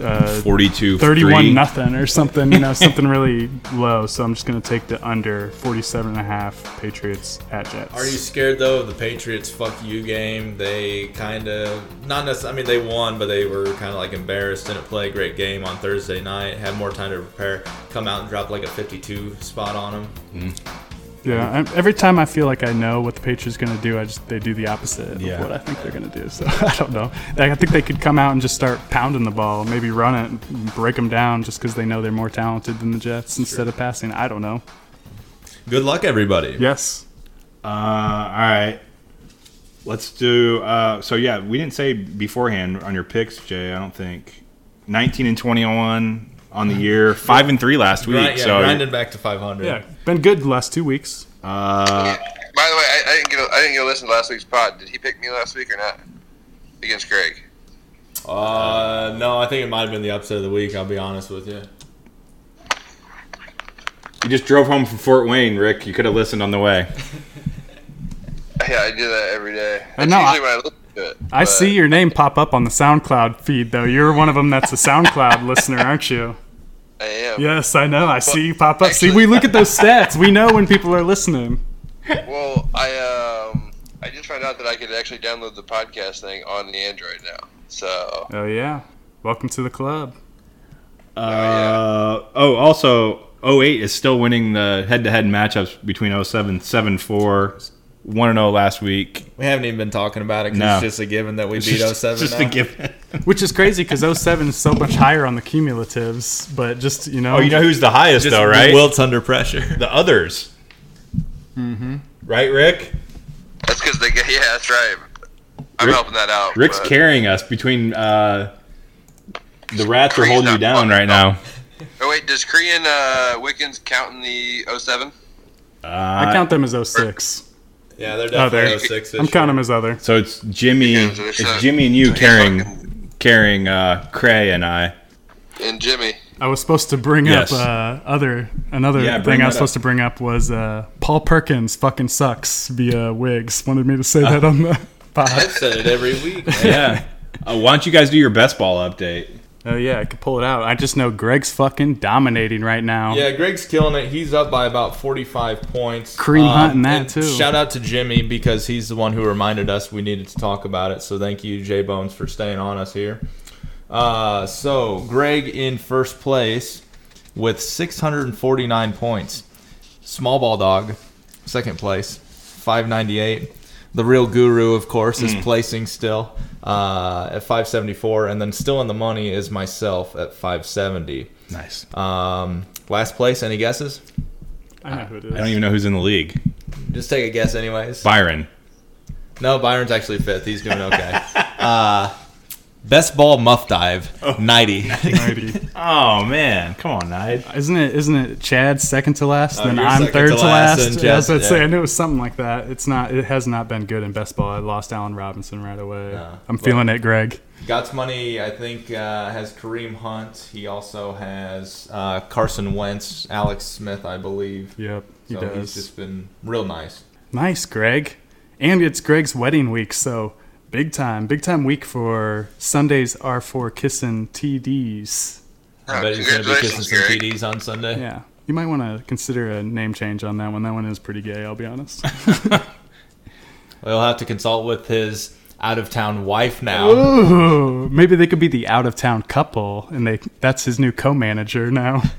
S3: uh,
S2: 42
S3: 31
S2: free.
S3: nothing or something. You know, something really low. So I'm just going to take the under 47 and a half Patriots at Jets.
S4: Are you scared though of the Patriots fuck you game? They kind of not necessarily. I mean, they won, but they were kind of like embarrassed. Didn't play a great game on Thursday night. Had more time to prepare. Come out and drop like a 52 spot on them.
S3: Yeah, I'm, every time I feel like I know what the Patriots going to do, I just they do the opposite
S2: Yeah.
S3: of what I think they're going to do. So I don't know. I think they could come out and just start pounding the ball, maybe run it, and break them down, just because they know they're more talented than the Jets instead of passing. I don't know.
S4: Good luck, everybody.
S3: Yes.
S2: Uh, all right. Let's do. Uh, so yeah, we didn't say beforehand on your picks, Jay. I don't think. 19 and 21 on the year, five and three last week.
S4: Grind- yeah,
S2: so
S4: grinding back to 500.
S3: Yeah, been good the last two weeks.
S2: Uh,
S12: By the way, I, I didn't get a, I didn't get a listen to last week's pod. Did he pick me last week or not? Against Greg.
S4: Uh, no, I think it might have been the upset of the week. I'll be honest with you.
S2: you just drove home from Fort Wayne, Rick. You could have listened on the way.
S12: Yeah, I do that every day.
S3: Uh, I
S12: That's
S3: know,
S12: usually
S3: I-
S12: when I listen to it.
S3: I see your name pop up on the SoundCloud feed, though. You're one of them that's a SoundCloud listener, aren't you?
S12: I am.
S3: Yes, I know. I see you pop up. See, we look at those stats. We know when people are listening.
S12: well, I um, I just found out that I could actually download the podcast thing on the Android now. So
S3: Oh, yeah. Welcome to the club.
S2: Uh, oh, also, 08 is still winning the head to head matchups between 07 7 4, 1 0 last week.
S4: We haven't even been talking about it
S2: 'cause
S4: because
S2: No.
S4: it's just a given that we
S2: It's
S4: beat
S2: just-
S4: 07.
S2: just a now. given.
S3: Which is crazy because 07 is so much higher on the cumulatives, but just, you know.
S2: Oh, you know who's the highest, though, right?
S18: Wilt's under pressure.
S2: The others.
S12: Mm-hmm.
S2: Right, Rick?
S12: That's because they get. Yeah, that's right. I'm
S2: Rick-
S12: helping that out.
S2: Rick's
S12: but-
S2: carrying us between uh, the rats are holding you down right now.
S12: Oh wait, does Cree and uh, Wiccans count in the 07?
S2: Uh,
S3: I count them as 06.
S4: Yeah, they're
S2: Oh,
S4: oh
S3: Other. I'm counting them as other.
S2: So it's Jimmy, it's Jimmy and you carrying, carrying uh, Cray and I.
S12: And Jimmy.
S3: I was supposed to bring
S2: Yes.
S3: up uh, other another
S2: Yeah, bring
S3: thing I was
S2: that
S3: supposed to bring up was uh, Paul Perkins fucking sucks via Wigs. Wanted me to say that on the pod.
S4: I've said it every week.
S2: yeah. Uh, why don't you guys do your best ball update?
S3: Oh yeah, I could pull it out. I just know Greg's fucking dominating right now.
S4: Yeah, Greg's killing it. He's up by about 45 points.
S3: Kareem Hunt in that,
S4: Um, and
S3: too.
S4: Shout out to Jimmy because he's the one who reminded us we needed to talk about it. So thank you, J Bones, for staying on us here. Uh, so Greg in first place with 649 points. Small ball dog, second place, 598. The real guru, of course, is
S18: Mm.
S4: placing still uh, at 574, and then still in the money is myself at 570.
S2: Nice.
S4: Um, last place. Any guesses?
S3: I know who it is.
S2: I don't even know who's in the league.
S4: Just take a guess, anyways.
S2: Byron.
S4: No, Byron's actually fifth. He's doing okay. uh, best ball muff dive, 90.
S3: 90.
S2: Oh man, come on, Nide.
S3: Isn't it? Isn't it? Chad's second to last,
S4: Oh,
S3: then
S4: you're
S3: I'm
S4: second
S3: third
S4: to
S3: to
S4: last,
S3: last.
S4: and
S3: Yeah, I was
S4: Chad-
S3: about to say,
S4: yeah.
S3: I knew it was something like that. It's not. It has not been good in best ball. I lost Allen Robinson right away. I'm
S4: but-
S3: feeling it, Greg.
S4: Gots Money, I think, uh, has Kareem Hunt. He also has uh, Carson Wentz, Alex Smith, I believe.
S3: Yep, he
S4: so
S3: does.
S4: he's just been real nice.
S3: Nice, Greg. And it's Greg's wedding week, so big time, big time week for Sundays are for kissing TDs.
S4: I bet he's going to be kissing some PDs on Sunday.
S3: Yeah. You might want to consider a name change on that one. That one is pretty gay, I'll be honest.
S4: We'll have to consult with his out of town wife now.
S3: Ooh, maybe they could be the out of town couple, and they that's his new co manager now.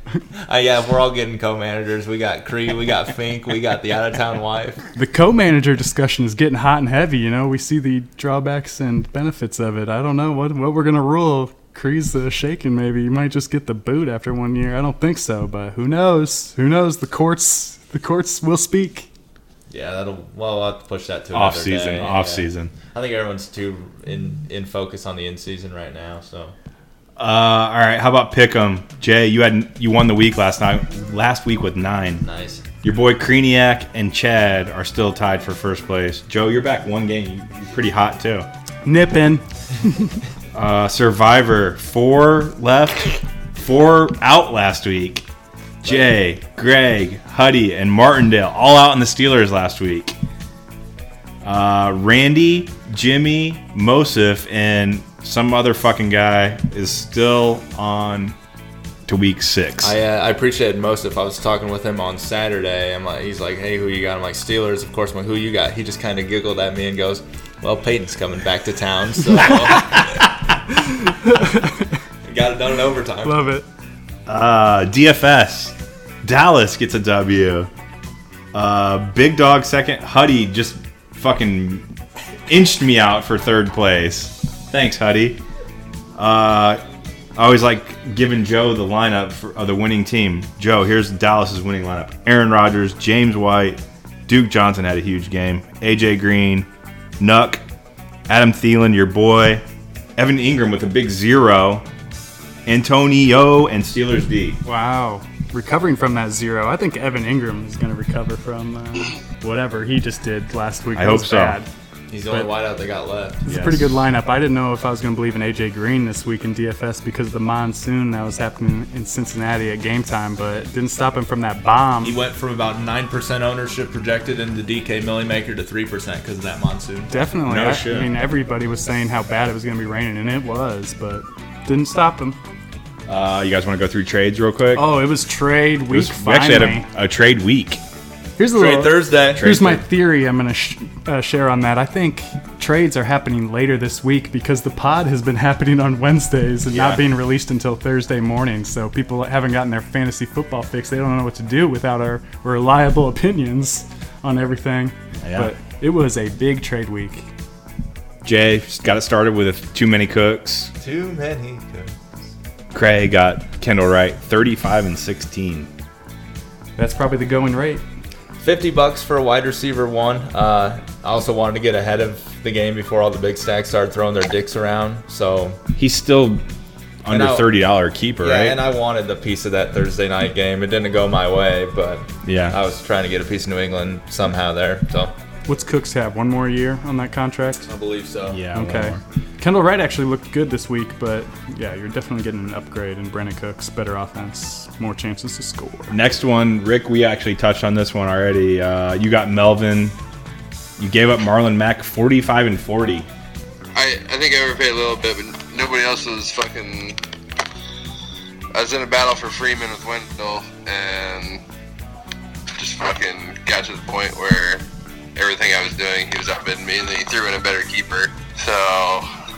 S4: Uh, yeah, we're all getting co-managers. We got Cree, we got Fink, we got the out-of-town wife.
S3: the co manager discussion is getting hot and heavy, you know. We see the drawbacks and benefits of it. I don't know what, what we're going to rule. Cree's the shaking, maybe. You might just get the boot after one year. I don't think so, but who knows? Who knows? The courts the courts will speak.
S4: Yeah, that'll. Well, we'll have to push that to
S2: Off
S4: another
S2: season,
S4: day.
S2: off
S4: Yeah.
S2: season.
S4: I think everyone's too in in focus on the in season right now. So
S2: Uh, all right, how about Pick'em? Jay, you had you won the week last night. Last week with nine.
S4: Nice.
S2: Your boy Kreniak and Chad are still tied for first place. Joe, you're back one game. You- You're pretty hot too.
S3: Nipping.
S2: Uh, Survivor four left, four out last week. Jay, Greg, Huddy, and Martindale all out in the Steelers last week. Uh, Randy, Jimmy, Mosif, and some other fucking guy is still on to week six.
S4: I uh, I appreciate most if I was talking with him on Saturday. I'm like, he's like, hey, who you got? I'm like, Steelers, of course. I'm like, who you got? He just kind of giggled at me and goes, well, Peyton's coming back to town, so got it done in overtime.
S3: Love it.
S2: Uh, DFS. Dallas gets a W. Uh, Big Dog second. Huddy just fucking inched me out for third place. Thanks, Huddy. Uh, I always like giving Joe the lineup for, of the winning team. Joe, here's Dallas's winning lineup: Aaron Rodgers, James White, Duke Johnson had a huge game, AJ Green, Nuck, Adam Thielen, your boy, Evan Ingram with a big zero, Antonio and Steelers D.
S3: Wow. Recovering from that zero. I think Evan Ingram is going to recover from uh, whatever he just did last week.
S2: I
S3: It
S2: hope
S3: was
S2: so.
S3: bad.
S4: He's the only wideout they got left.
S3: It's a pretty good lineup. I didn't know if I was going to believe in AJ Green this week in DFS because of the monsoon that was happening in Cincinnati at game time, but it didn't stop him from that bomb.
S4: He went from about 9% ownership projected into DK Millimaker to 3% because of that monsoon.
S3: Definitely. I, I mean, everybody was saying how bad it was going to be raining, and it was, but didn't stop him.
S2: Uh, you guys want to go through trades real quick?
S3: Oh, it was trade
S2: It
S3: week.
S2: was- we
S3: finally.
S2: actually had a, a trade week.
S3: Here's a
S2: Trade
S3: little,
S2: Thursday.
S3: Here's
S2: Trade
S3: my theory. I'm going to sh- uh, share on that. I think trades are happening later this week because the pod has been happening on Wednesdays and
S4: Yeah.
S3: not being released until Thursday morning. So people haven't gotten their fantasy football fix. They don't know what to do without our reliable opinions on everything.
S2: Yeah.
S3: But it was a big trade week.
S2: Jay got it started with too many cooks.
S4: Too many.
S2: Craig got Kendall Wright, 35 and 16.
S3: That's probably the going rate.
S4: 50 bucks for a wide receiver one. Uh, I also wanted to get ahead of the game before all the big stacks started throwing their dicks around. So
S2: He's still under
S4: And I-
S2: $30 keeper,
S4: yeah,
S2: right?
S4: and I wanted the piece of that Thursday night game. It didn't go my way, but
S2: Yeah.
S4: I was trying to get a piece of New England somehow there. So
S3: What's Cooks have? One more year on that contract?
S4: I believe so.
S2: Yeah.
S3: Okay. Kendall Wright actually looked good this week, but yeah, you're definitely getting an upgrade in Brennan Cooks, better offense, more chances to score.
S2: Next one, Rick, we actually touched on this one already. Uh, you got Melvin. You gave up Marlon Mack 45 and 40.
S12: I, I think I overpaid a little bit, but nobody else was fucking. I was in a battle for Freeman with Wendell, and just fucking got to the point where everything I was doing, he was outbidding me, and then he threw in a better keeper. So I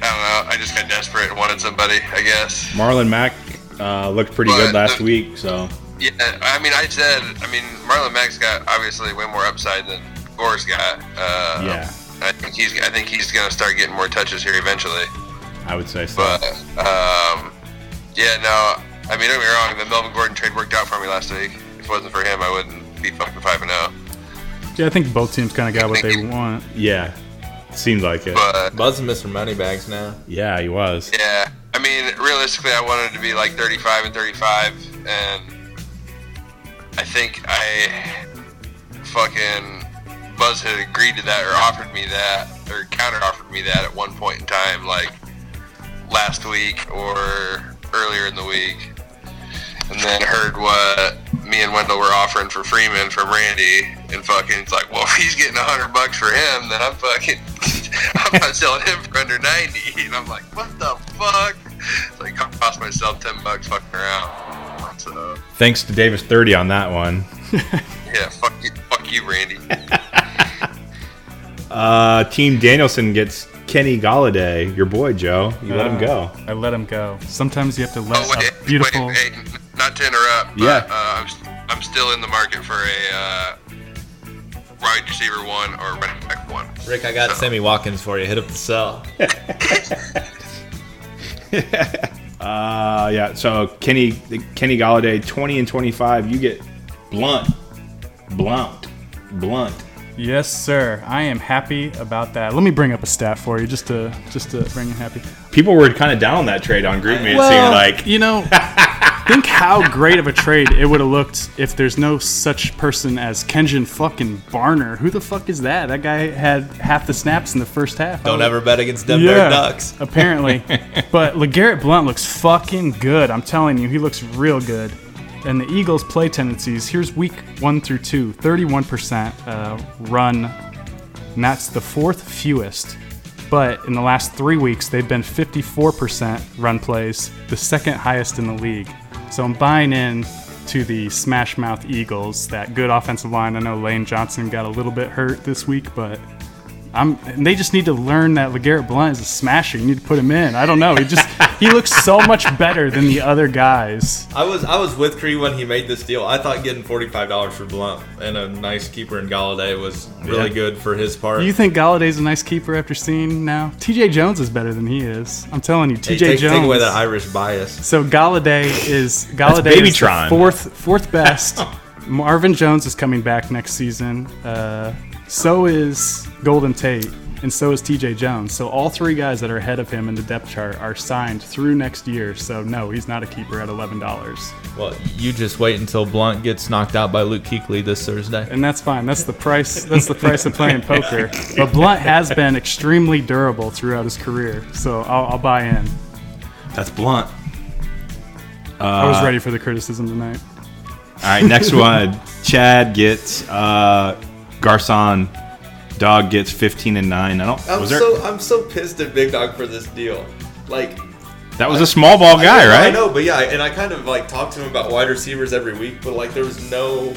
S12: don't know. I just got desperate and wanted somebody, I guess.
S2: Marlon Mack uh, looked pretty good last week, so
S12: Yeah, I mean, I said, I mean, Marlon Mack's got obviously way more upside than Gore's got. Uh,
S2: Yeah.
S12: I think he's, I think he's gonna start getting more touches here eventually.
S2: I would say so.
S12: But um, yeah, no, I mean, don't get me wrong. The Melvin Gordon trade worked out for me last week. If it wasn't for him, I wouldn't be fucking five and oh. zero.
S3: Yeah, I think both teams kind of got what they want.
S2: Yeah. Seems like it.
S4: Bud's Mr. Moneybags now.
S2: Yeah, he was.
S12: Yeah, I mean, realistically, I wanted to be like 35 and 35, and I think I fucking Buzz had agreed to that or offered me that or counter offered me that at one point in time, like last week or earlier in the week, and then heard what me and Wendell were offering for Freeman from Randy, and fucking it's like, well, if he's getting 100 bucks for him, then I'm fucking. I'm not selling him for under 90. And I'm like, what the fuck? So I cost myself 10 bucks fucking around. So,
S2: Thanks to Davis 30 on that one.
S12: yeah, fuck you, fuck you Randy.
S2: Uh, Team Danielson gets Kenny Galladay, your boy Joe. You let
S4: Ah.
S2: him go.
S3: I let him go. Sometimes you have to
S12: Oh,
S3: let a beautiful.
S12: Not to interrupt, but
S2: Yeah.
S12: uh, I'm, st- I'm still in the market for a uh, wide receiver one or running back one.
S4: Rick, I got Sammy Watkins for you. Hit up the cell.
S2: Uh, yeah. So Kenny Kenny Galladay, twenty and twenty-five. You get blunt, blunt, blunt.
S3: Yes, sir. I am happy about that. Let me bring up a stat for you, just to just to bring you happy.
S2: People were kind of down on that trade on GroupMe. It
S3: Well,
S2: seemed like
S3: you know. Think how great of a trade it would have looked if there's no such person as Kenjin fucking Barner. Who the fuck is that? That guy had half the snaps in the first half.
S4: Don't ever bet against them
S3: Yeah,
S4: Bird Ducks.
S3: apparently. but LeGarrette Blunt looks fucking good. I'm telling you, he looks real good. And the Eagles' play tendencies here's week one through two 31% uh, run, and that's the fourth fewest. But in the last three weeks, they've been 54% run plays, the second highest in the league. So I'm buying in to the smash mouth Eagles, that good offensive line. I know Lane Johnson got a little bit hurt this week, but I'm, and they just need to learn that LeGarrette Blunt is a smasher. You need to put him in. I don't know. He just he looks so much better than the other guys.
S4: I was I was with Cree when he made this deal. I thought getting forty five dollars for Blunt and a nice keeper in Galladay was really
S3: Yeah.
S4: good for his part.
S3: Do you think Galladay's a nice keeper after seeing now? TJ Jones is better than he is. I'm telling you, TJ
S4: Hey, take,
S3: Jones.
S4: take away that Irish bias.
S3: So Galladay is Galladay
S4: baby
S3: is the
S4: Tron.
S3: fourth fourth best. Marvin Jones is coming back next season. Uh, so is Golden Tate. and so is TJ Jones. So all three guys that are ahead of him in the depth chart are signed through next year. So no, he's not a keeper at eleven dollars.
S4: Well, you just wait until Blunt gets knocked out by Luke Kuechly this Thursday.
S3: And that's fine. That's the price. That's the price of playing poker. But Blunt has been extremely durable throughout his career, so I'll, I'll buy in.
S2: That's Blunt.
S3: I
S2: Uh,
S3: was ready for the criticism tonight.
S2: All right, next one. Chad gets uh, Garcon. Dog gets fifteen and nine. I don't.
S4: I'm
S2: was there,
S4: so I'm so pissed at Big Dog for this deal. Like
S2: that was a small ball guy,
S4: I know,
S2: right?
S4: I know, but yeah, and I kind of like talk to him about wide receivers every week, but like there was no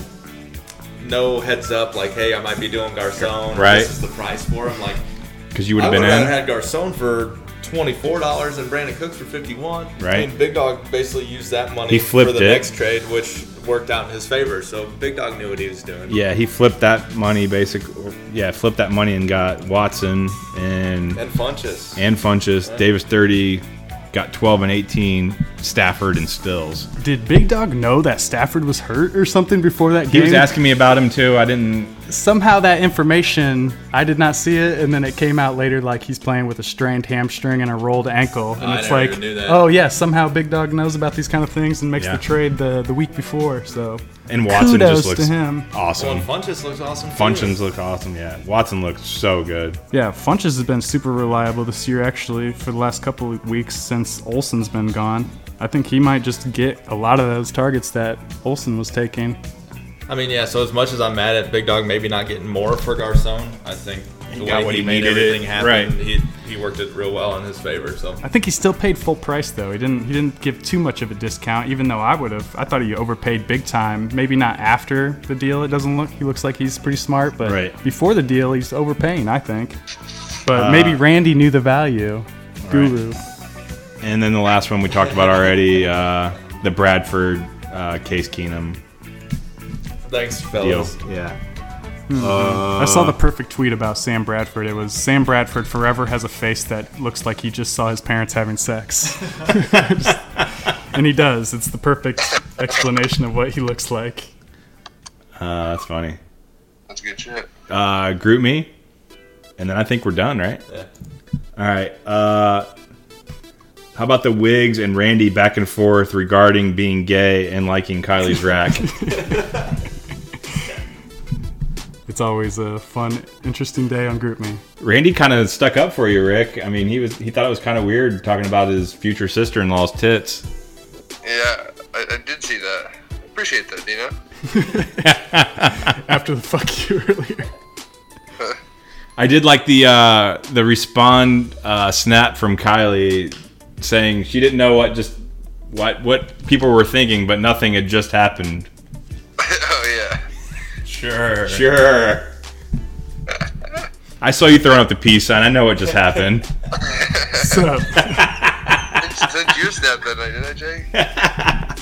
S4: no heads up like, hey, I might be doing Garcon. or
S2: Right.
S4: This is the price for him. Like
S2: 'Cause you would've
S4: I
S2: been
S4: would've
S2: in.
S4: rather had Garcon for. Twenty-four dollars and Brandon Cooks for fifty-one.
S2: Right.
S4: And Big Dog basically used that money
S2: He flipped
S4: for the
S2: it.
S4: next trade, which worked out in his favor. So Big Dog knew what he was doing.
S2: Yeah, he flipped that money, basic. Yeah, flipped that money and got Watson and
S4: And Funchess.
S2: and Funches.
S4: Yeah.
S2: Davis thirty, got twelve and eighteen. Stafford and Stills.
S3: Did Big Dog know that Stafford was hurt or something before that
S2: He
S3: game?
S2: was asking me about him too. I didn't.
S3: Somehow that information I did not see it, and then it came out later like he's playing with a strained hamstring and a rolled ankle, and
S4: I
S3: it's
S4: never
S3: like,
S4: even knew that.
S3: oh yeah, somehow Big Dog knows about these kind of things and makes
S2: Yeah.
S3: the trade the, the week before. So
S2: And Watson
S3: kudos
S2: just looks
S3: to him.
S4: Well,
S2: awesome.
S4: and Funchess looks awesome. too.
S2: Functions look awesome. Yeah, Watson looks so good.
S3: Yeah, Funches has been super reliable this year, actually, for the last couple of weeks since Olson's been gone. I think he might just get a lot of those targets that Olson was taking.
S4: I mean, yeah. So as much as I'm mad at Big Dog, maybe not getting more for Garcon, I think
S2: He got what he needed it,
S4: everything happen,
S2: right.
S4: He he worked it real well in his favor. So
S3: I think he still paid full price though. He didn't he didn't give too much of a discount, even though I would have. I thought he overpaid big time. Maybe not after the deal. It doesn't look. He looks like he's pretty smart, but
S2: Right.
S3: before the deal, he's overpaying. I think. But
S2: Uh,
S3: maybe Randy knew the value. Guru.
S2: And then the last one we talked about already, uh, the Bradford uh, Case Keenum
S4: thanks,
S2: deal.
S4: fellas.
S2: Yeah.
S3: Hmm.
S2: Uh,
S3: I saw the perfect tweet about Sam Bradford. It was Sam Bradford forever has a face that looks like he just saw his parents having sex. Just- and he does. It's the perfect explanation of what he looks like.
S2: Uh, that's funny.
S12: That's good shit.
S2: Uh, group me, and then I think we're done, right?
S4: Yeah.
S2: All right. Uh, how about the Wigs and Randy back and forth regarding being gay and liking Kylie's rack?
S3: It's always a fun, interesting day on GroupMe.
S2: Randy kind of stuck up for you, Rick. I mean, he was he thought it was kind of weird talking about his future sister-in-law's tits.
S12: Yeah, I, I did see that. Appreciate that, Dino.
S3: After the fuck you earlier.
S2: I did like the uh, the respond uh, snap from Kylie saying she didn't know what just what what people were thinking, but nothing had just happened.
S12: oh
S2: Sure. Sure. I saw you throwing up the peace sign. I know what just happened.
S3: Sup?
S12: yeah. Since since you snapped that night, didn't I, Jay?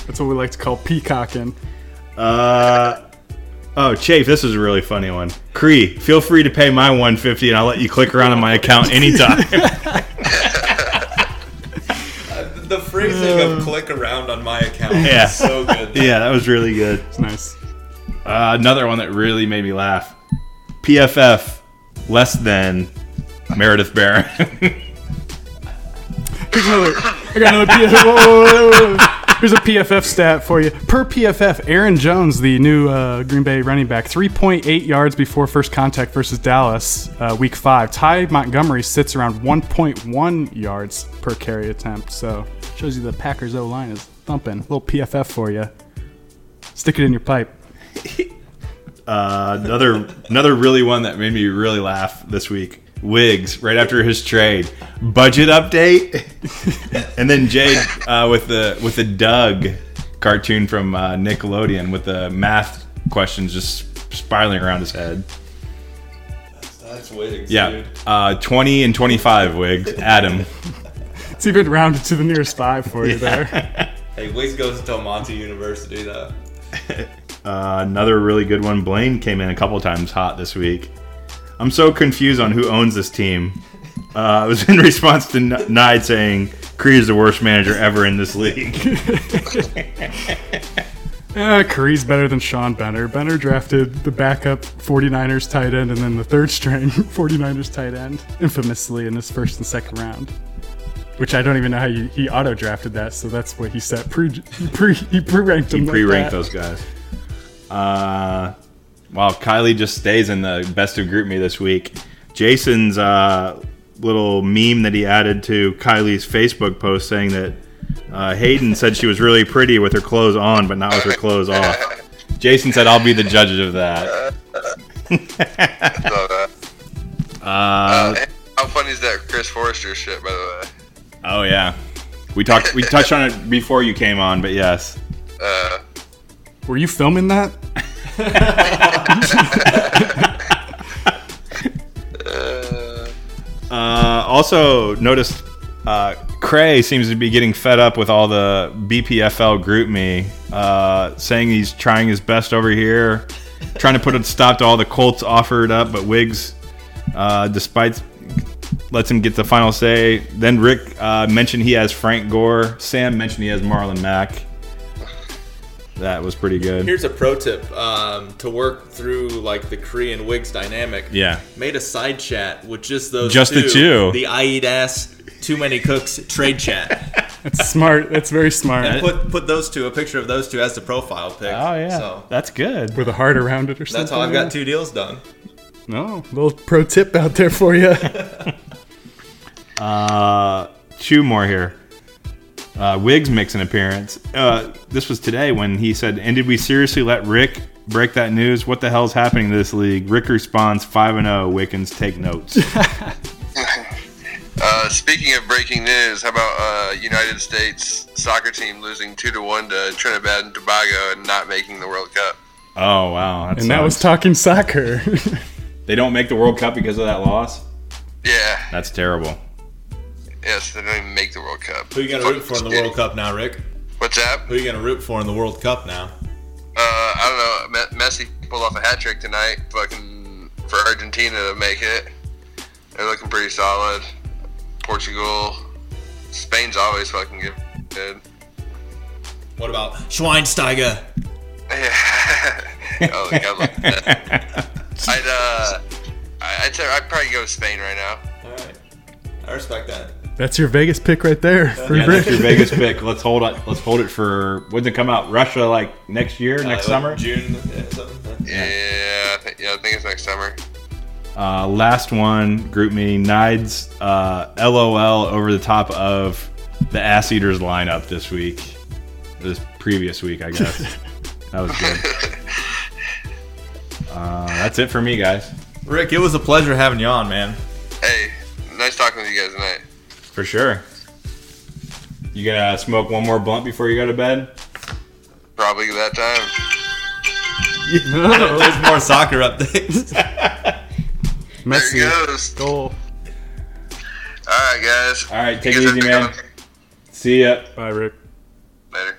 S3: That's what we like to call peacocking.
S2: Uh, oh, Chafe, this is a really funny one. Cree, feel free to pay my 150 and I'll let you click around on my account anytime.
S4: The phrasing of "click around on my account"
S2: Mm. yeah.
S4: is so good.
S2: Yeah, that was really good. It's
S3: nice.
S2: Uh, another one that really made me laugh. PFF less than Meredith Barron.
S3: Here's another. I got another PFF. Whoa, whoa, whoa, whoa. Here's a PFF stat for you. Per PFF, Aaron Jones, the new uh, Green Bay running back, 3.8 yards before first contact versus Dallas, uh, week five. Ty Montgomery sits around 1.1 yards per carry attempt. So shows you the Packers O line is thumping. little PFF for you. Stick it in your pipe.
S2: Uh, another another really one that made me really laugh this week. Wiggs right after his trade budget update, and then Jade uh, with the with the Doug cartoon from uh, Nickelodeon with the math questions just spiraling around his head.
S4: That's wigs.
S2: Yeah, uh, twenty and twenty five Wiggs. Adam.
S3: It's even rounded to the nearest five for you there.
S4: Hey, Wigs goes to Del Monte University though.
S2: Uh, another really good one. Blaine came in a couple times hot this week. I'm so confused on who owns this team. Uh, it was in response to N- Nide saying Cree is the worst manager ever in this league.
S3: Uh, Curry's better than Sean Benner. Benner drafted the backup 49ers tight end and then the third string 49ers tight end infamously in his first and second round. Which I don't even know how you, he auto drafted that, so that's what he set pre he pre he pre ranked
S2: He
S3: him. like
S2: pre-ranked
S3: that.
S2: those guys. Uh, wow, Kylie just stays in the best of group me this week. Jason's uh, little meme that he added to Kylie's Facebook post saying that uh, Hayden said she was really pretty with her clothes on, but not with her clothes off. Jason said, "I'll be the judge of that."
S12: Love that.
S2: Uh,
S12: Uh, how funny is that Chris Forrester shit, by the
S2: oh yeah, we talked. We touched on it before you came on, but yes.
S12: way? Uh,
S3: Were you filming that?
S2: Uh, also noticed uh, Cray seems to be getting fed up with all the BPFL group me, uh, saying he's trying his best over here, trying to put a stop to all the Colts offered up, but Wiggs, uh, despite lets him get the final say. Then Rick uh, mentioned he has Frank Gore. Sam mentioned he has Marlon Mack. That was pretty good.
S4: Here's a pro tip um, to work through like the Cree and Wigs dynamic.
S2: Yeah.
S4: Made a side chat with just those
S2: Just the
S4: two,
S2: two.
S4: The I eat ass, too many cooks trade chat.
S3: That's smart. That's very
S4: and
S3: smart.
S4: put put those two, a picture of those two as the profile pic. Oh yeah. So
S2: That's good.
S3: With a heart around it or something.
S4: that's how I've got two deals done.
S3: No, little pro tip out there for you.
S2: Uh, two more here. Uh, Wiggs makes an appearance. Uh, this was today when he said, "And did we seriously let Rick break that news? What the hell's happening to this league?" Rick responds, five and zero. Wiccans take notes.
S12: Uh, speaking of breaking news, how about uh, United States soccer team losing two to one to Trinidad and Tobago and not making the World Cup?
S2: oh wow!
S3: and that was talking soccer.
S2: they don't make the World Cup because of that loss.
S12: Yeah,
S2: That's terrible.
S12: yes, they don't even make the World Cup.
S4: Who you gonna root for in the World Cup now, Rick?
S12: What's that?
S4: Who you gonna root for in the World Cup now?
S12: Uh, I don't know. Me- Messi pulled off a hat trick tonight, fucking for Argentina to make it. They're looking pretty solid. Portugal, Spain's always fucking good. good.
S4: What about Schweinsteiger?
S12: Yeah. oh, God, look at that. I'd uh, I- I'd, say I'd probably go Spain right now.
S4: All right, I respect that.
S3: That's your Vegas pick right there. Free
S2: Yeah, that's
S3: Rick.
S2: your Vegas pick. Let's hold it. Let's hold it for when's it come out? Russia like next year, next
S4: Uh,
S2: summer.
S4: June. uh, something.
S12: Yeah, I think, yeah, I think it's next summer.
S2: Uh, last one, group me, Nides, uh, LOL over the top of the ass eaters lineup this week. This previous week, I guess. that was good. Uh, that's it for me, guys.
S4: Rick, it was a pleasure having you on, man.
S12: Hey, nice talking with you guys tonight.
S2: For sure. You gonna smoke one more blunt before you go to bed?
S12: Probably that time.
S4: There's more soccer updates.
S12: There he goes.
S3: Goal.
S12: All right, guys.
S2: All right, take it easy, man. See ya.
S3: Bye, Rick.
S12: Later.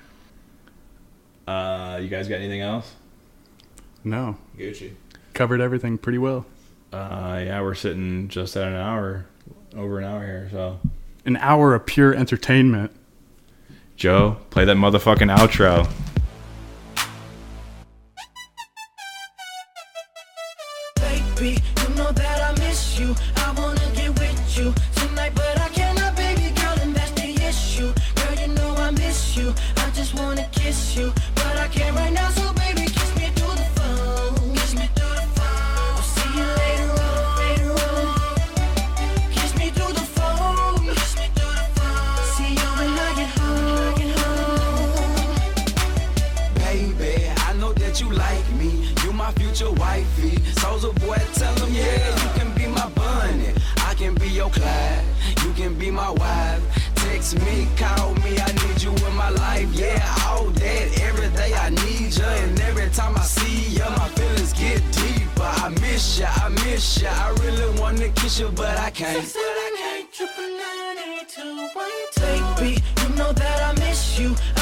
S2: Uh, you guys got anything else?
S3: No,
S4: Gucci.
S3: covered everything pretty well.
S2: Uh, yeah, we're sitting just at an hour, over an hour here. So,
S3: An hour of pure entertainment.
S2: Joe, play that motherfucking outro.
S19: Baby, you know that I miss you. I wanna get with you tonight, but I cannot, baby girl, and that's the issue. Girl, you know I miss you. I just wanna kiss you, but I can't right now, so baby, kiss me through the phone. Kiss me through the phone. I'll see you later on, later on. Kiss me through the phone. Kiss me through the phone. See you when I get home. Get home.
S20: baby. I know that you like me. You my future wifey. Soldier boy, tell him yeah. You can be my bunny. I can be your Clyde. You can be my wife. Text me, call me. I need you in my life. Yeah, all that every day I need ya, and every time I see ya, my feelings get deeper. I miss ya, I miss ya. I really wanna kiss you, but I can't.
S19: Triple nine eight two one two. Baby, you know that I miss you.